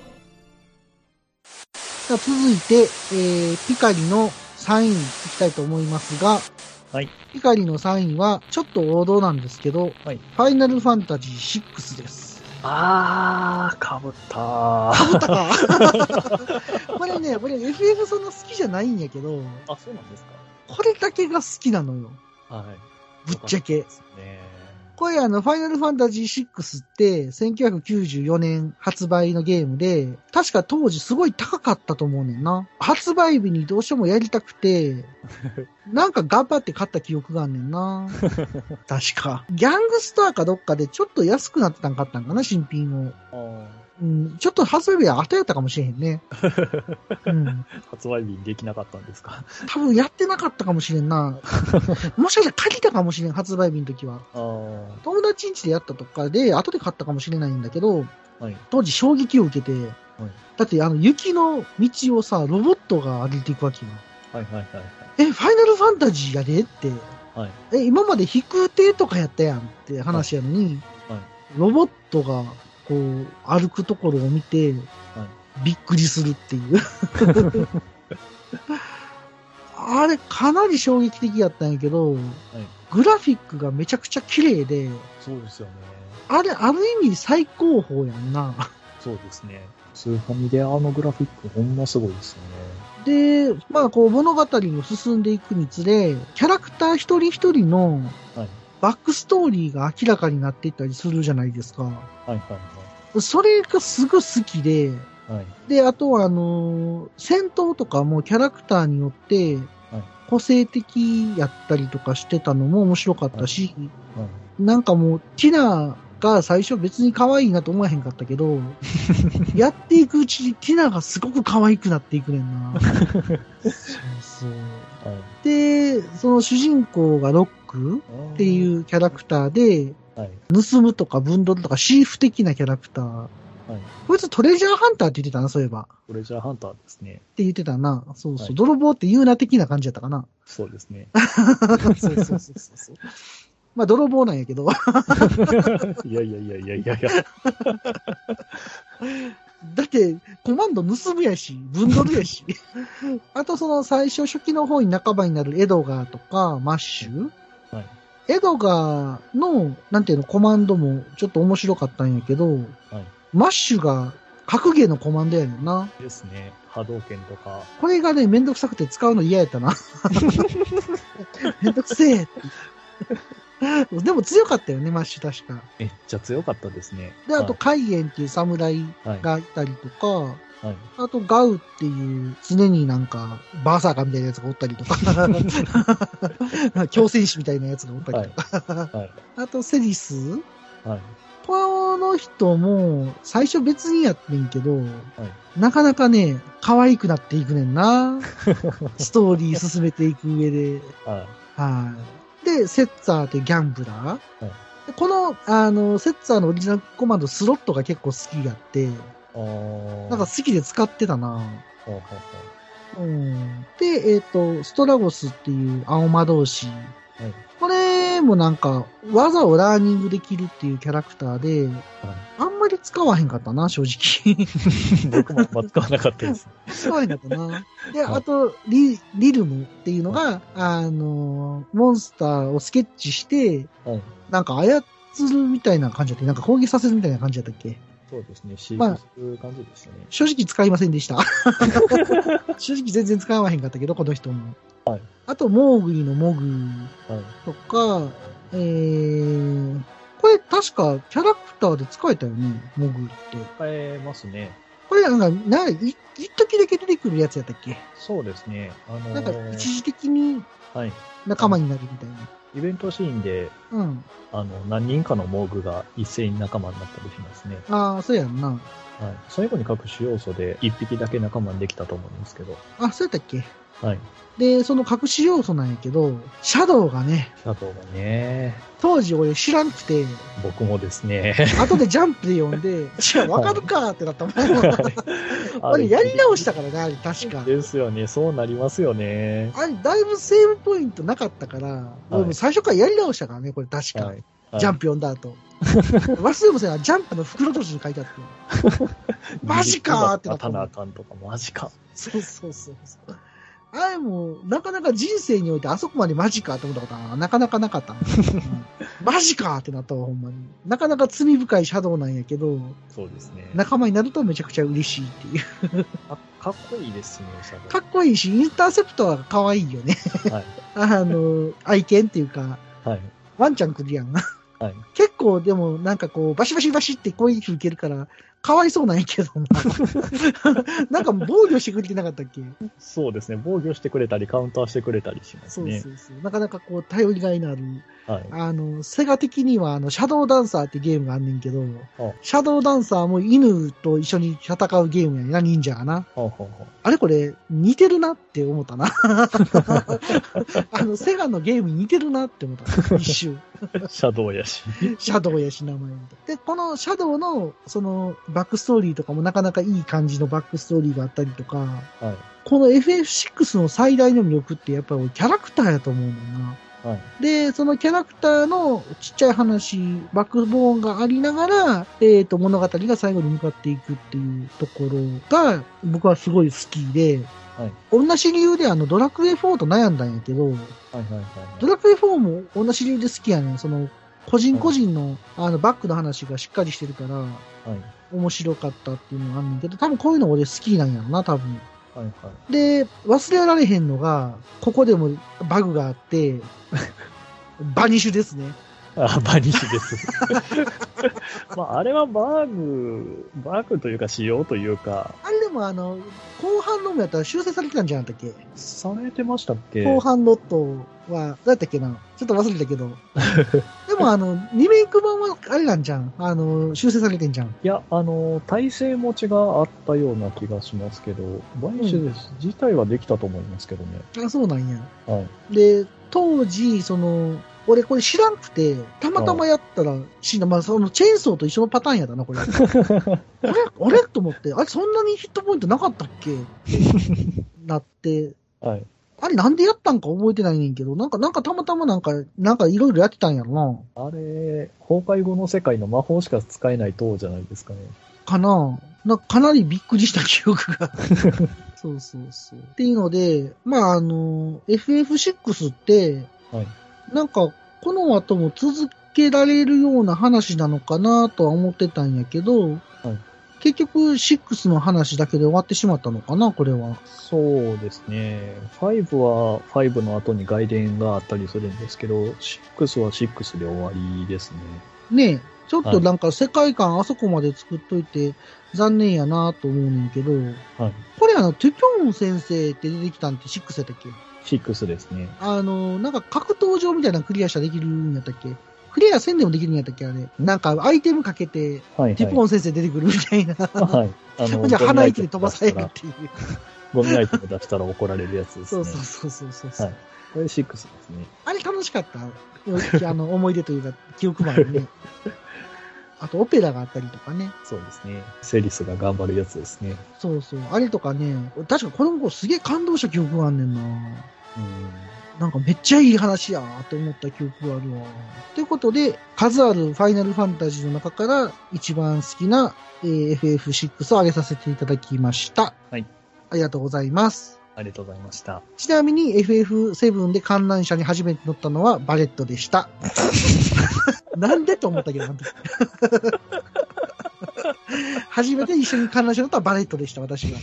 さあ続いて、えー、ピカリの3位に行きたいと思いますが、
はい
ピカリの3位は、ちょっと王道なんですけど、
はい
ファイナルファンタジー6です。
あー、かぶったー。
思ったかこれね、俺 FF そんな好きじゃないんやけど、
あ、そうなんですか。
これだけが好きなのよ。
はい。
ぶっちゃけ
で。すね。
これあの、ファイナルファンタジー6って、1994年発売のゲームで、確か当時すごい高かったと思うねんな。発売日にどうしてもやりたく て、なんか頑張って買った記憶があんねんな。確か。ギャングスターかどっかでちょっと安くなってたんかったんかな、新品を。
あー
うん、ちょっと発売日は後やったかもしれへん ね。うん。
発売日にできなかったんですか。
多分やってなかったかもしれん な。もしかしたら借りたかもしれん、発売日の時は。
あー
友達ん家でやったとかで、後で買ったかもしれないんだけど、
はい
当時衝撃を受けて、だってあの雪の道をさ、ロボットが歩いていくわけよ。
はいはいはい
え、ファイナルファンタジーやでって。
はい。はい。
え、今まで飛空艇とかやったやんって話やのに、
はいは
ロボットがこう歩くところを見て、びっくりするっていう。 あれかなり衝撃的やったんやけど、グラフィックがめちゃくちゃ綺麗で、
そうですよね。
あれ、ある意味最高峰やんな。
そうですね。スーファミであのグラフィックほんますごいですよ
で、
ね。
まあこう物語が進んでいくにつれ、キャラクター一人一人の
はい
バックストーリーが明らかになっていったりするじゃないですか。
はいはい
それがすごい好きで、
はい。はい。
で、あとはあのー戦闘とかもキャラクターによって、個性的やったりとかしてたのも面白かったし、
はい
なんかもう、ティナが最初別に可愛いなと思わへんかったけ ど、やっていくうちにティナがすごく可愛くなっていくねんな。そうそう。
はい。
で、その主人公がロックって
う。
いうキャラクターで、
はい。
盗むとか分取るとかシーフ的なキャラクター。
はい。
こいつトレジャーハンターって言ってたな、そういえば。
トレジャーハンターですね。
って言ってたな。そうそう。
はい
泥棒って言うな的な感じやったかな。
そうですね。
そうそうそうそうそう。 まあ、泥棒なんやけど。
いやいやいやいやいやいや。
だって、コマンド盗むやし、ぶんどるやし。あと、その最初、初期の方に半ばになるエドガーとか、マッシュ。
はい
エドガーの、なんていうの、コマンドもちょっと面白かったんやけど、マッシュが格ゲーのコマンドやねんな。
ですね。波動拳とか。
これがね、めんどくさくて使うの嫌やったな。めんどくせえって。でも強かったよね、マッシュ確か。
めっちゃ強かったですね。
で、あと、カイエンっていう侍
はい、は
がいたりとか、
い。はい。
あと、ガウっていう、常になんか、バーサーカーみたいなやつがおったりとか、強戦士みたいなやつがおったりとか、
はい。
あと、セリス
はい。
この人も、最初別にやってんけど、なかなかね、可愛くなっていくねんな。ストーリー進めていく上で。
はい。
はい。で、セッツァーってギャンブラー。
い
でこの、あの、セッツァーのオリジナルコマンド、スロットが結構好きやって、
あー
なんか、好きで使ってたな。
ほうほう
うんで、えっ、と、ストラゴスっていう青魔導士。
ほうはい。
これもなんか、技をラーニングできるっていうキャラクターで、あんまり使わへんかったな、正 直。
僕もあんま使わなかったです。
使わへんかったな。で、
はい
あとリ、リルムっていうのが、あの、モンスターをスケッチして、
はい。
なんか操るみたいな感じだったっけなんか攻撃させるみたいな感じだったっけ
そうですね。シ
まあ
ーする感じでしたね。
正直使いませんで した。正直全然使わへんかったけど、この人も。
はい
あと、モーグリのモグー。
はい。
とか、えー、これ確かキャラクターで使えたよね、モグって。
変えますね。
これなんか、な、い一時だけ出てくるやつやったっけ
そうですね。あのー
なんか一時的に
はい。
仲間になるみたい
イベントシーンで、
な。うん。
あの、何人かのモーグが一斉に仲間になったりしますね。
ああ、そうやんな。
はい。最後に各種要素で一匹だけ仲間にできたと思うんですけど。
あ、そうやったっけ
はい。
で、その隠し要素なんやけど、シャドウがね、
シャドウがね、
当時俺知らんく て、
僕もですね。
後でジャンプで読んで、じゃあわかるかってなったもん。
あ
俺
れ
やり直したからね、あれ確か。
ですよね。そうなりますよね。
あれ、だいぶセーブポイントなかったから、俺もう最初からやり直したからね、これ確か。
はい。はい
ジャンプ読んだ後。忘れもせな、ジャンプの袋閉じに書いてあって。マジかーってな
な
っ
った
た
なあかんとか、マジか。
そうそうそうそう。あれも、なかなか人生においてあそこまでマジかと思ったことはなかなかなか ったな、うんマジかってなったわ、ほんまに。なかなか罪深いシャドウなんやけど、
そうですね。
仲間になるとめちゃくちゃ嬉しいっていう。
かかっこいいですね、シャドウ
かっこいいし、インターセプトは可愛いよね。
はい
あの、愛犬っていうか、
はい。
ワンちゃん来るやん。
はい。
結構でもなんかこう、バシバシバシって声吹けるから、かわいそうなんやけど な。なんか防御してくれてなかったっけ
そうですね。防御してくれたり、カウンターしてくれたりします
そう
ね。
そうそう。なかなかこう、頼りがいのある。
はい。
あの、セガ的には、あの、シャドウダンサーってゲームがあんねんけど
あ、
シャドウダンサーも犬と一緒に戦うゲームやな、忍者がな。
ほうほうほう。
あれこれ、似てるなって思 ったな。あの、セガのゲームに似てるなって思った。一瞬。
シャドウやし。
シャドウやし、名前もで、このシャドウの、その、バックストーリーとかもなかなかいい感じのバックストーリーがあったりとか、
はい。
この FF6 の最大の魅力ってやっぱりキャラクターやと思うんだよな。
はい。
で、そのキャラクターのちっちゃい話、バックボーンがありながら、えっ、と、物語が最後に向かっていくっていうところが、僕はすごい好きで、
はい
同じ理由であの、ドラクエ4と悩んだんやけど、
はいはいはい
ド
は
ラクエ4も同じ理由で好きやねん。その、個人個人の、あの、バックの話がしっかりしてるから、
い。はい。
面白かったっていうのがあんねんけど、多分こういうの俺好きなんやろな、多分。
はいはい。
で、忘れられへんのが、ここでもバグがあって、 バニッシュですね。
あ、バニッシュです。 まあ、あれはバーグ、バーグというか仕様というか、
あれでもあの、後半のもやったら修正されてたんじゃなかったっ
されてましたっ
け
け
後半ロットは、どうやったっけなちょっと忘れたけど。でもあの、リメイク版はあれなんじゃん。あの、修正されてんじゃん。
いや、あの、体勢持ちがあったような気がしますけど、バニッシュです、自体はできたと思いますけどね。
あ、そうなんや。
はい。
で、当時、その、俺これ知らんくて、たまたまやったら死んだ。まあ、そのチェーンソーと一緒のパターンやだな、 これ。あれあれと思って、あれそんなにヒットポイントなかったっけ ってなって、
はい。
あれなんでやったんか覚えてないねんけど、なんか、なんかたまたまなんか、なんかいろいろやってたんやろな。
あれ、崩壊後の世界の魔法しか使えない塔じゃないですかね。
かななかなりびっくりした記憶 が。そうそうそう。っていうので、まああの、FF6 って、
はい
なんか、この後も続けられるような話なのかなとは思ってたんやけど、結局6の話だけで終わってしまったのかな、これは。
そうですね。5は5の後に外伝があったりするんですけど、6は6で終わりですね。
ねえ、ちょっとなんか世界観あそこまで作っといて残念やなと思うねんけど、
はい。
これあの、テュピョン先生って出てきたんって6やったっけ
6ですね。
あの、なんか格闘場みたいなのクリアしたらできるんやったっけクリアせんでもできるんやったっけあれ。なんかアイテムかけて、
はい、はい。
ティポン先生出てくるみたいな。
はい。 あ
じゃあ鼻息で
ゴミ
飛ばされる
アイテム出した
って
ら
いう。
ゴミアイテム出したら怒られるやつです
そう
ね。
そうそうそうそう、
はいこれ6ですね。
あれ楽しかった。あ の、思い出というか、記憶もある ね。あと、オペラがあったりとかね。
そうですね。セリスが頑張るやつですね。
そうそう。あれとかね、確かこの子すげえ感動した記憶があんねんな。
うん。
なんかめっちゃいい話やーって思った記憶があるわ。ということで、数あるファイナルファンタジーの中から一番好きな、えー FF6 を挙げさせていただきました。
はい。
ありがとうございます。
ありがとうございました。
ちなみに FF7 で観覧車に初めて乗ったのはバレットでした。 なんで と思ったけど、あの時初めて一緒に観覧車に乗ったのはバレットでした、私が。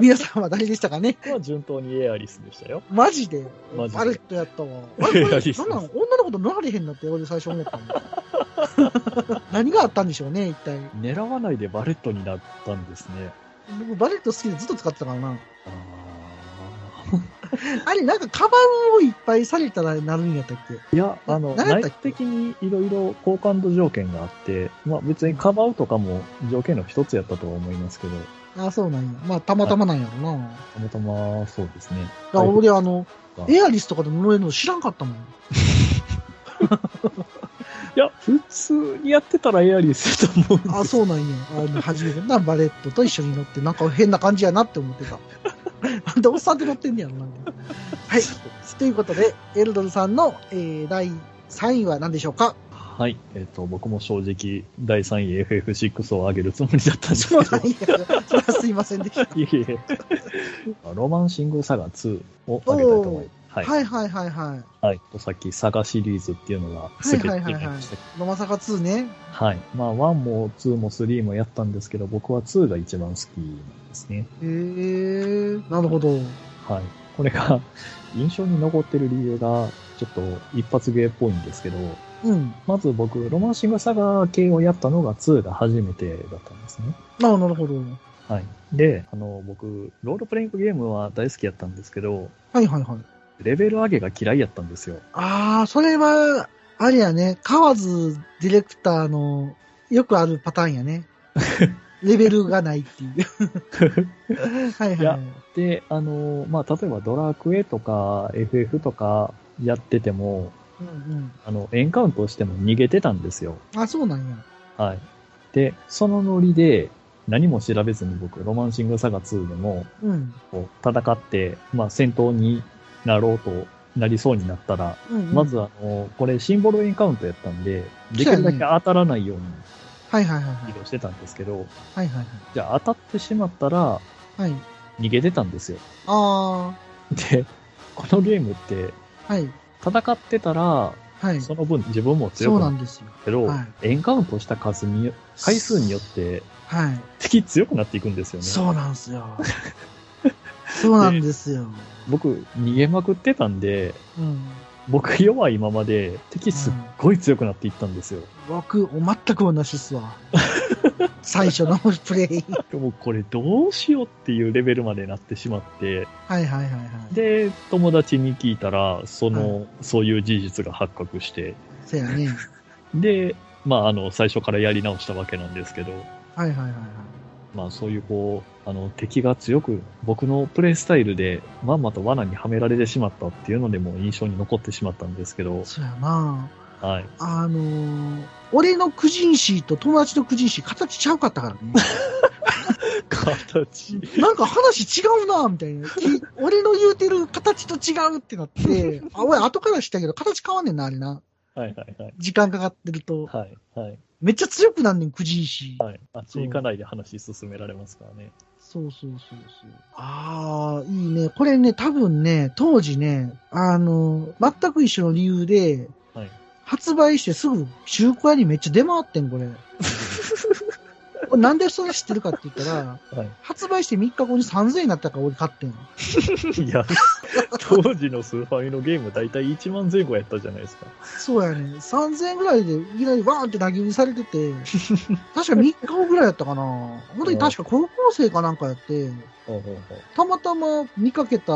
皆さんは誰でしたかね
ここは順当にエアリスでしたよ。
マジで
マジで
バレットやった わ。
や
あれこれ
いいっす
なんなん女の子と乗られへんなって俺最初思ったんだ。 何があったんでしょうね、一体。
狙わないでバレットになったんですね。
僕バレット好きでずっと使ってたからな。
あ
あれ、なんかカバンをいっぱいされたらなるんやったっけ
ーいや、あの、
何やっ
内
たっけ
部的にいろいろ好感度条件があって、まあ別にかばうとかも条件の一つやったとは思いますけど、
ああ、そうなんや。まあ、たまたまなんやろな。
たまたまそうですね。
だから俺、あの、
はい
エアリスとかで乗れるの知らんかったもん。
いや、普通にやってたらエアリスだと思うんです
ああ、そうなんや。あの、初めてな、バレットと一緒に乗って、なんか変な感じやなって思ってた。なんでおっさんで乗ってんねやろ、なんで。はい。ということで、エルドルさんの、えー第3位は何でしょうか
ははい。えっ、と、僕も正直、第3位 FF6 を上げるつもりだったんですけ
そう
ど。
なんや。それはすいませんでした。
いえい え。ロマンシングサガ2を上げたいと思います。
は
は。
いいはいはいは
はい。とさっき、サガシリーズっていうのが、
い
す
は
べ
い
て
はいはい
出ましたけど
い。ロマサカ2ね。
はい。まあ、1も2も3もやったんですけど、僕は2が一番好きなんですね。
へえー、なるほど。
はい。こ れが、印象に残ってる理由が、ちょっと一発芸っぽいんですけど、
うん。
まず僕、ロマンシングサガ系をやったのが2が初めてだったんですね。
ああ、なるほど。
はい。で、あの、僕、ロールプレイングゲームは大好きやったんですけど、
はいはいはい。
レベル上げが嫌いやったんですよ。
ああ、それは、あれやね。河津ディレクターのよくあるパターンや ね。レベルがないって いう。はいはいいは
や
い。
で、あの、まあ、例えばドラクエとか FF とかやってても、
うんうん。
あの、エンカウントしても逃げてたんですよ。
あ、そうなんや。
はい。で、そのノリで、何も調べずに僕、ロマンシングサガ2でも、
うん。
こう戦って、まあ、戦闘になろうとなりそうになったら、
うん、うん。
ま。ず、あの、これ、シンボルエンカウントやったんで、できるだけ当たらないように
はいはいはいは
移
い。
動してたんですけど、
はいはい
じゃあ当たってしまったら、
はい。はい。
逃げてたんですよ。
あ
で、このゲームって、
あ、はい。
戦ってたら、
はい。
その分自分も強
そう
く
な
なる
んですよ。
けど、
は
エンカウントした数によ、回数によって、
はい。
敵強くなっていくんですよね。
そうなんですよ。 そうなんですよ。
僕、逃げまくってたんで、
うん。
僕弱いままで敵すっごい強くなっていったんですよ。
僕、全く同じっす わ。最初のプレイ。
でもこれどうしようっていうレベルまでなってしまって、
はいはいはいはい。
で、友達に聞いたら、その、そういう事実が発覚して、
せやね。
で、まああの、最初からやり直したわけなんですけど、
はいはいはいはい。
まあそういうこう、あの、敵が強く、僕のプレイスタイルでまんまと罠にはめられてしまったっていうのでも印象に残ってしまったんですけど、
そやな
はい。
あのー、俺のクジンシーと友達のクジンシー形ちゃうかったからね。
形。
なんか話違うなみたいな。き俺の言うてる形と違うってなって、あ、俺後から知ったけど形変わんねんな、あれな。
はいはいはい。
時間かかってると。
はいはい。
めっちゃ強くなんねん、クジンシー。
はい。あっち行かないで話進められますからね。
そうそうそうそう。ああ、いいね。これね、多分ね、当時ね、あの、全く一緒の理由で、
はい
発売してすぐ中古屋にめっちゃ出回ってん、これ。 これなんでそれ知ってるかって言ったら、
はい。
発売して3日後に3000円になったから俺買ってん。
いや、当時のスーファミのゲーム大体1万前後やったじゃないですか。
そうやね。3000円ぐらいでいきなりわーンって投げ売りされてて、確か3日後ぐらいやったかな。本当に確か高校生かなんかやって、
ほうほうほ
たまたま見かけた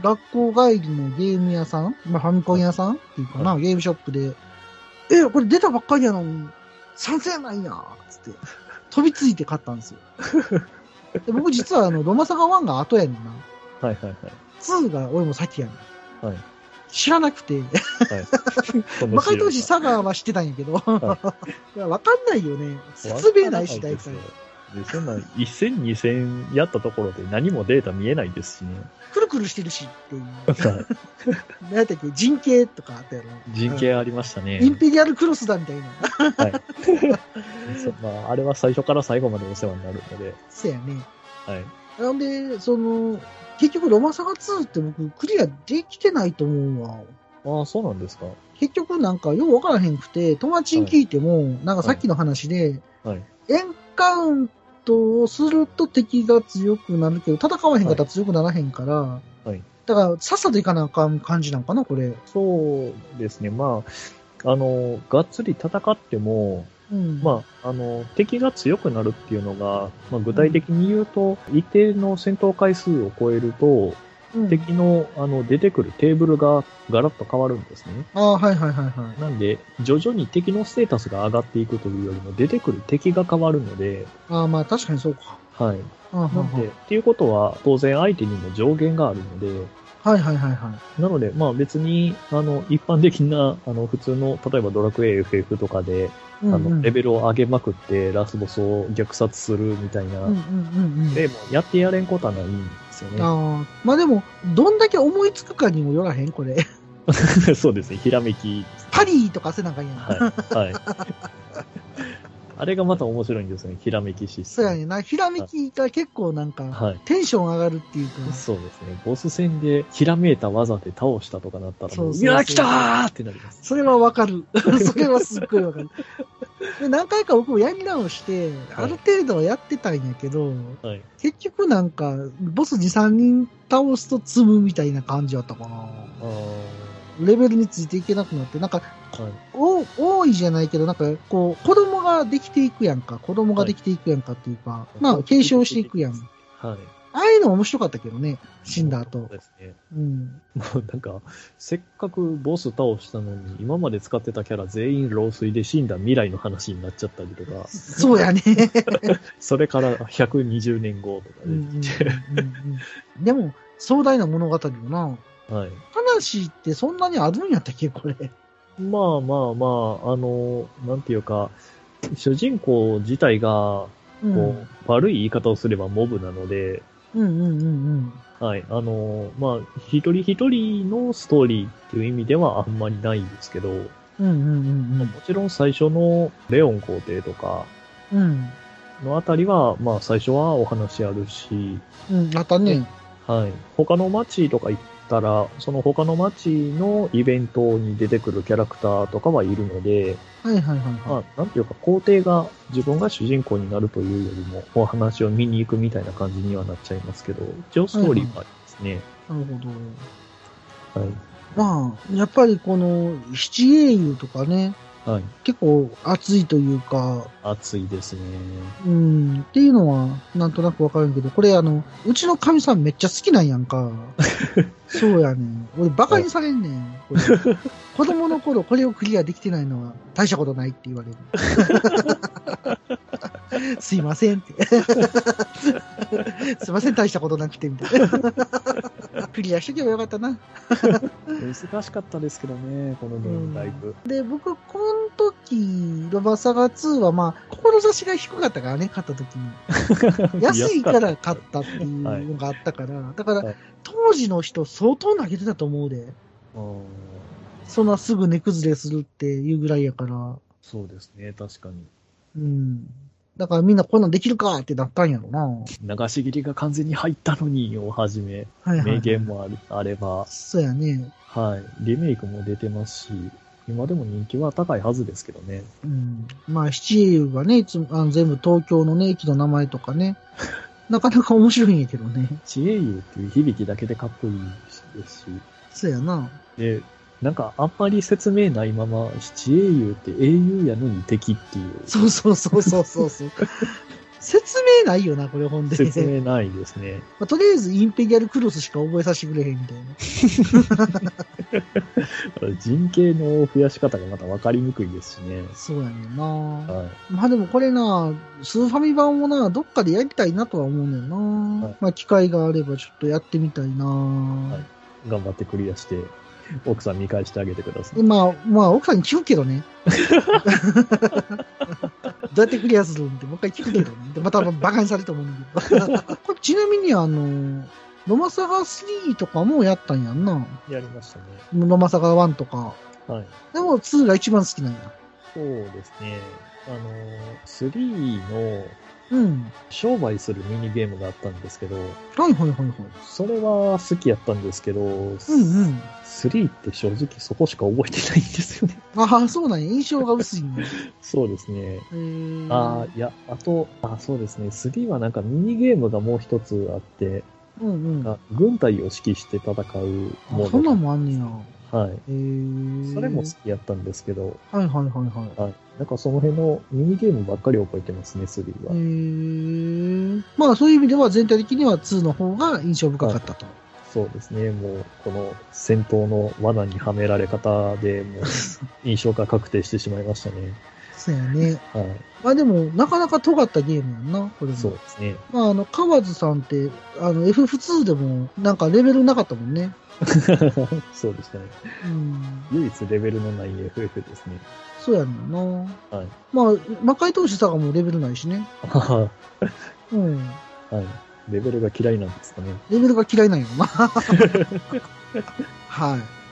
学校帰りのゲーム屋さん、まあ、ファミコン屋さんっていうかな、ゲームショップで、え、これ出たばっかりやのに、3000円ないな、つって、飛びついて買ったん ですよ。で僕実はあの、ロマサガ1が後やねんな。
うはいはいはい。
2が俺も先やねん。
はい
知らなくて、
この
若い当時
資
サガは知ってたんやけど、 いやわかんないよね。
料が
説明ないし、
わから
大
です
体
よ。で、そんな1000、2000やったところで何もデータ見えないですしね。
くるくるしてるしって いう。
はい
何やったっけ人形とかあったやろ。
人形ありましたね。
インペリアルクロスだみたいな。
そうまあ、あれは最初から最後までお世話になるので。
そうやね。
はい。
なんで、その、結局ロマサガ2って僕クリアできてないと思うわ。
ああ、そうなんですか。
結局なんかよくわからへんくて、友達に聞いても、なんかさっきの話で、
はい。
エンカウントをすると敵が強くなるけど、戦わへんかったら強くならへんから、
はい
だからさっさといかなあかん感じなんかな、これ。
そうですね。まあ、あの、がっつり戦っても、
うん。
まあ、あの、敵が強くなるっていうのが、まあ、具体的に言うと、一定の戦闘回数を超えると、
うん
敵の、あの、出てくるテーブルがガラッと変わるんですね。
ああ、はいはいはいはい。
なんで、徐々に敵のステータスが上がっていくというよりも、出てくる敵が変わるので、
ああ、まあ確かにそうか。
はい。
ああ
なんで、っていうことは、当然相手にも上限があるので、
はいはいはいはい。
なので、まあ別に、あの、一般的な、あの、普通の、例えばドラクエ FF とかで、
うんうん
あの、レベルを上げまくって、ラスボスを虐殺するみたいな、
うんうんうんうん。
でもやってやれんことはないんですよね。
ああ、まあでも、どんだけ思いつくかにもよらへん、これ。
そうですね、ひらめきです
パリーとかせなあかんやん。
はい。 はい。あれがまた面白いんですよね、ひらめきシス
そう
テ
やねんな。ひらめきが結構なんか、
はい。
テンション上がるっていうか、
そうですね。ボス戦で、ひらめいた技で倒したとかなったらもう、
そうそうそう
いやー、来たーってなります。
それはわかる。 それはすっごいわかる。で何回か僕もやり直して、
は
あ
い
る程度はやってたんやけど、
はい。
結局なんか、ボス2、3人倒すと積むみたいな感じやったかな。
あー
レベルについていけなくなって、なんか、
はい。
お多いじゃないけど、なんか、こう、子供ができていくやんか。子供ができていくやんかっていうか、まあ、継承していくやん。
はい。
ああいうの面白かったけどね、死んだ後
そう。ですね。
うん。
もうなんか、せっかくボス倒したのに、今まで使ってたキャラ全員老衰で死んだ未来の話になっちゃったりとか、
そうやね。
それから120年後とか
うんうんうん
で、
うんでも、壮大な物語よな。
はい。
話ってそんなにあるんやったっけ、これ。
まあまあまあ、あの、なんていうか、主人公自体が、こ
う
う、
ん。うん
悪い言い方をすればモブなので、
うんうん
はい。あの、まあ、一人一人のストーリーっていう意味ではあんまりないんですけど、も
うん。うんうんうん
ちろん最初のレオン皇帝とか
うん。うん。
のあたりは、まあ最初はお話あるし、
うん、あったね。
はい。他の街とか行ったら、その他の街のイベントに出てくるキャラクターとかはいるので、
はいはいはいはい。
まあ、なんていうか、皇帝が自分が主人公になるというよりも、お話を見に行くみたいな感じにはなっちゃいますけど、一応ストーリーもありますね。
なるほど。
はい。
まあ、やっぱりこの七英雄とかね、
はい。
結構熱いというか、
熱いですね。
うん、っていうのはなんとなくわかるけど、これあの、うちのかみさんめっちゃ好きなんやんか。そうやねん。俺バカにされんねん。これ子供の頃これをクリアできてないのは大したことないって言われる。すいませんって。 すいません、大したことなくて、みたいな。クリアしとけばよかったな。
難しかったですけどね、このゲームだいぶ。
で、僕、この時、ロバサガ2は、まあ、志が低かったからね、買った時に。 安いから買ったっていうのがあったから、だから、
はい
当時の人、相当投げてたと思うで。
うん
そんなすぐ値崩れするっていうぐらいやから、
そうですね、確かに。
うん。だからみんなこんなんできるかってなったんやろな。は
流し切りが完全に入ったのにをはじ め、
いはい。
名言。もあるあれば、
そうやね。
はい。リメイクも出てますし、今でも人気は高いはずですけどね。
うん。まあ、七英雄がね、いつもあの全部東京のね、駅の名前とか ね。なかなか面白いんやけどね。
知恵優っていう響きだけでかっこいいですし、
そうやな。
で、なんかあんまり説明ないまま、知恵優って英雄やのに敵っていう、
そうそうそうそう そうそう。説明ないよな、これ本で。
説明ないですね。
まあとりあえずインペリアルクロスしか覚えさせてくれへんみたいな。
人形の増やし方がまた分かりにくいですしね。
そうやねんな。
はい。
まあでもこれな、スーファミ版もな、どっかでやりたいなとは思うねんな。
はい
まあ機会があればちょっとやってみたいな。
い頑張ってクリアして、奥さん見返してあげてくださ
で
い。
まあ、まあ奥さんに聞くけどね。どうやってクリアするんってもう一回聞くけどね。でまたバカにされると思うんだけど。 これちなみにあの、ロマサガ3とかもやったんやんな。
やりましたね。
ロマサガ1とか。
はい。
でも2が一番好きなんや。
そうですね。あのー、3の
うん。
商売するミニゲームがあったんですけど、
はいはいはいはい。
それは好きやったんですけど、
うんうん。
3って正直そこしか覚えてないんですよね。
ああ、そうなんや。印象が薄いね。
そうですね。
えー、
ああ、いや、あと、あそうですね。3はなんかミニゲームがもう一つあって、
うんうん。あ
なんか軍隊を指揮して戦うもの。
そんなんもあんねや。
はい。
えー、
それも好きやったんですけど、
はいはいはいはい。
はい。なんかその辺のミニゲームばっかり覚えてますね、3
え
は。
ー、まあそういう意味では全体的には2の方が印象深かったと。
そうですね、もう、この戦闘の罠にはめられ方で、もう、印象が確定してしまいましたね。
そうやね。
はい。
まあでも、なかなか尖ったゲームやんな、これも。
そうで すね。
まああの、河津さんって、あの、FF2 でもなんかレベルなかったもんね。
そうでしたね。
うん。
唯一レベルのない FF ですね。
そうやねんな。
はい。
まあ、魔界投手さがもうレベルないしね。
は
うん。
い。レベルが嫌いなんですかね。
レベルが嫌いなんやろな。はい。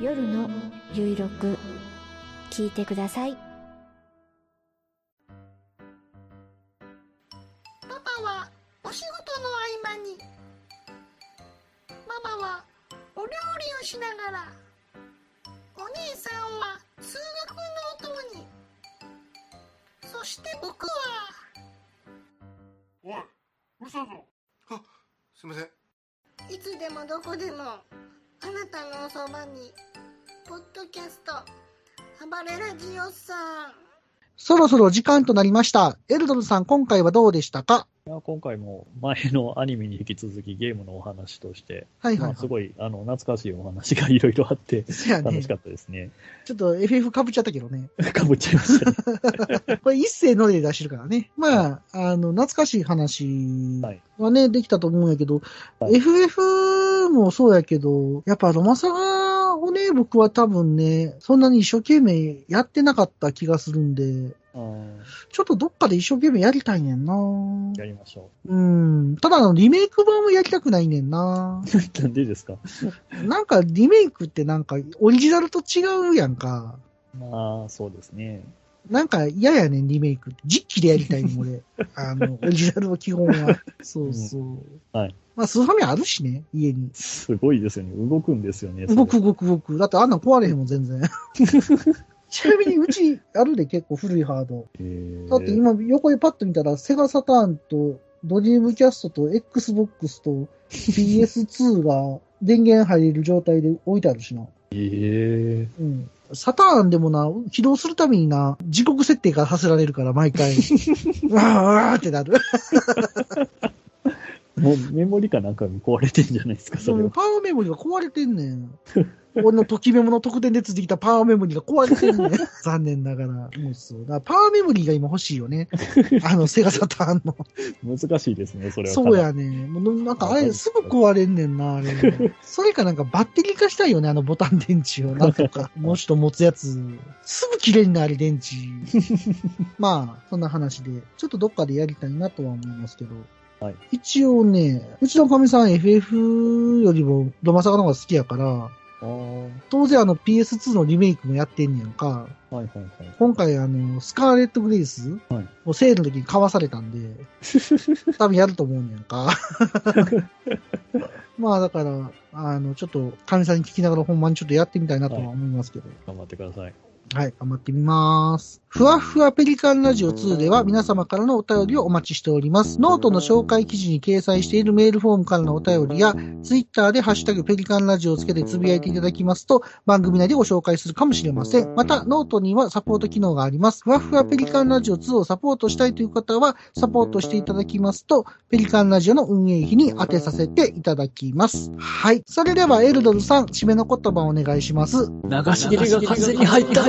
夜のゆいろく聞いてください
パパはお仕事の合間にママはお料理をしながらお兄さんは数学のお供にそして僕は
おい、うるさいぞ。あ、すみません。
いつでもどこでもあなたのおそばにポッドキャスト暴れラジオさん
そろそろ時間となりました。エルドルさん、今回はどうでしたか
いや今回も前のアニメに引き続きゲームのお話として、
はいはい、
まあ、す
は
ごいあの懐かしいお話がいろいろあって
い。そやね
楽し。かったですね。
ちょっと FF 被っちゃったけどね。
かぶっちゃいました ね。
これ一世の例で出してるからね。まあ、あの、懐かしい話はね、できたと思うんやけど、FF もそうやけど、やっぱロマサガをね、僕は多分ね、そんなに一生懸命やってなかった気がするんで、
うん
ちょっとどっかで一生懸命やりたいねんな
やりましょ
うん。ただのリメイク版もやりたくないねん な
う。なんでですか
なんかリメイクってなんかオリジナルと違うやんか。
まあ、そうですね。
なんか嫌やねん、リメイクって。実機でやりたいの、 俺。あの、オリジナルの基本は。そうそう。
はい。
まあ、スーファミあるしね、家に。
すごいですよね。動くんですよね。それ
動く動く動く。だってあんなん壊れへんもん、全 然。ちなみに、うちあるで結構古いハード。
えー
だって今、横にパッと見たら、セガサターンと、ドリームキャストと XBOX と PS2 が電源入れる状態で置いてあるしな。
えー
うん。サターンでもな、起動するためにな、時刻設定からさせられるから、毎 回。うわーうわーってなる。
もうメモリかなんかに壊れてんじゃないですか、それ
う
は
ん。パワーメモリが壊れてんねん。俺のときメモの特典でついてきたパワーメモリが壊れて んねん。残念ながら。もうそうだからパワーメモリが今欲しいよ ね。あの、セガサターンの。
難しいですね、それは。
そうやねん。もうなんかあれ、すぐ壊れんねん な、あれ。それかなんかバッテリー化したいよね、あのボタン電池を。なんとか、もうちょっと持つやつ。すぐ切れんねん、あれ、電 池。まあ、そんな話で。ちょっとどっかでやりたいなとは思いますけど。
はい
一応ね、うちのかみさん FF よりもドマサガの方が好きやから、
あー
当然あの PS2 のリメイクもやってんねやんか。
はいはいはい。
今回あの、スカーレット・グレイス
はい
をセールの時に買わされたんで、 多分やると思うねやんか。まあだから、あの、ちょっと、かみさんに聞きながらほんまにちょっとやってみたいなとは思いますけど。
頑張ってください。
はい、頑張ってみます。ふわふわペリカンラジオ2では皆様からのお便りをお待ちしております。ノートの紹介記事に掲載しているメールフォームからのお便りや、ツイッターでハッシュタグペリカンラジオをつけてつぶやいていただきますと、番組内でご紹介するかもしれません。また、ノートにはサポート機能があります。ふわふわペリカンラジオ2をサポートしたいという方は、サポートしていただきますと、ペリカンラジオの運営費に当てさせていただきます。はい。それでは、エルドルさん、締めの言葉をお願いします。
流し切りが完全に入った。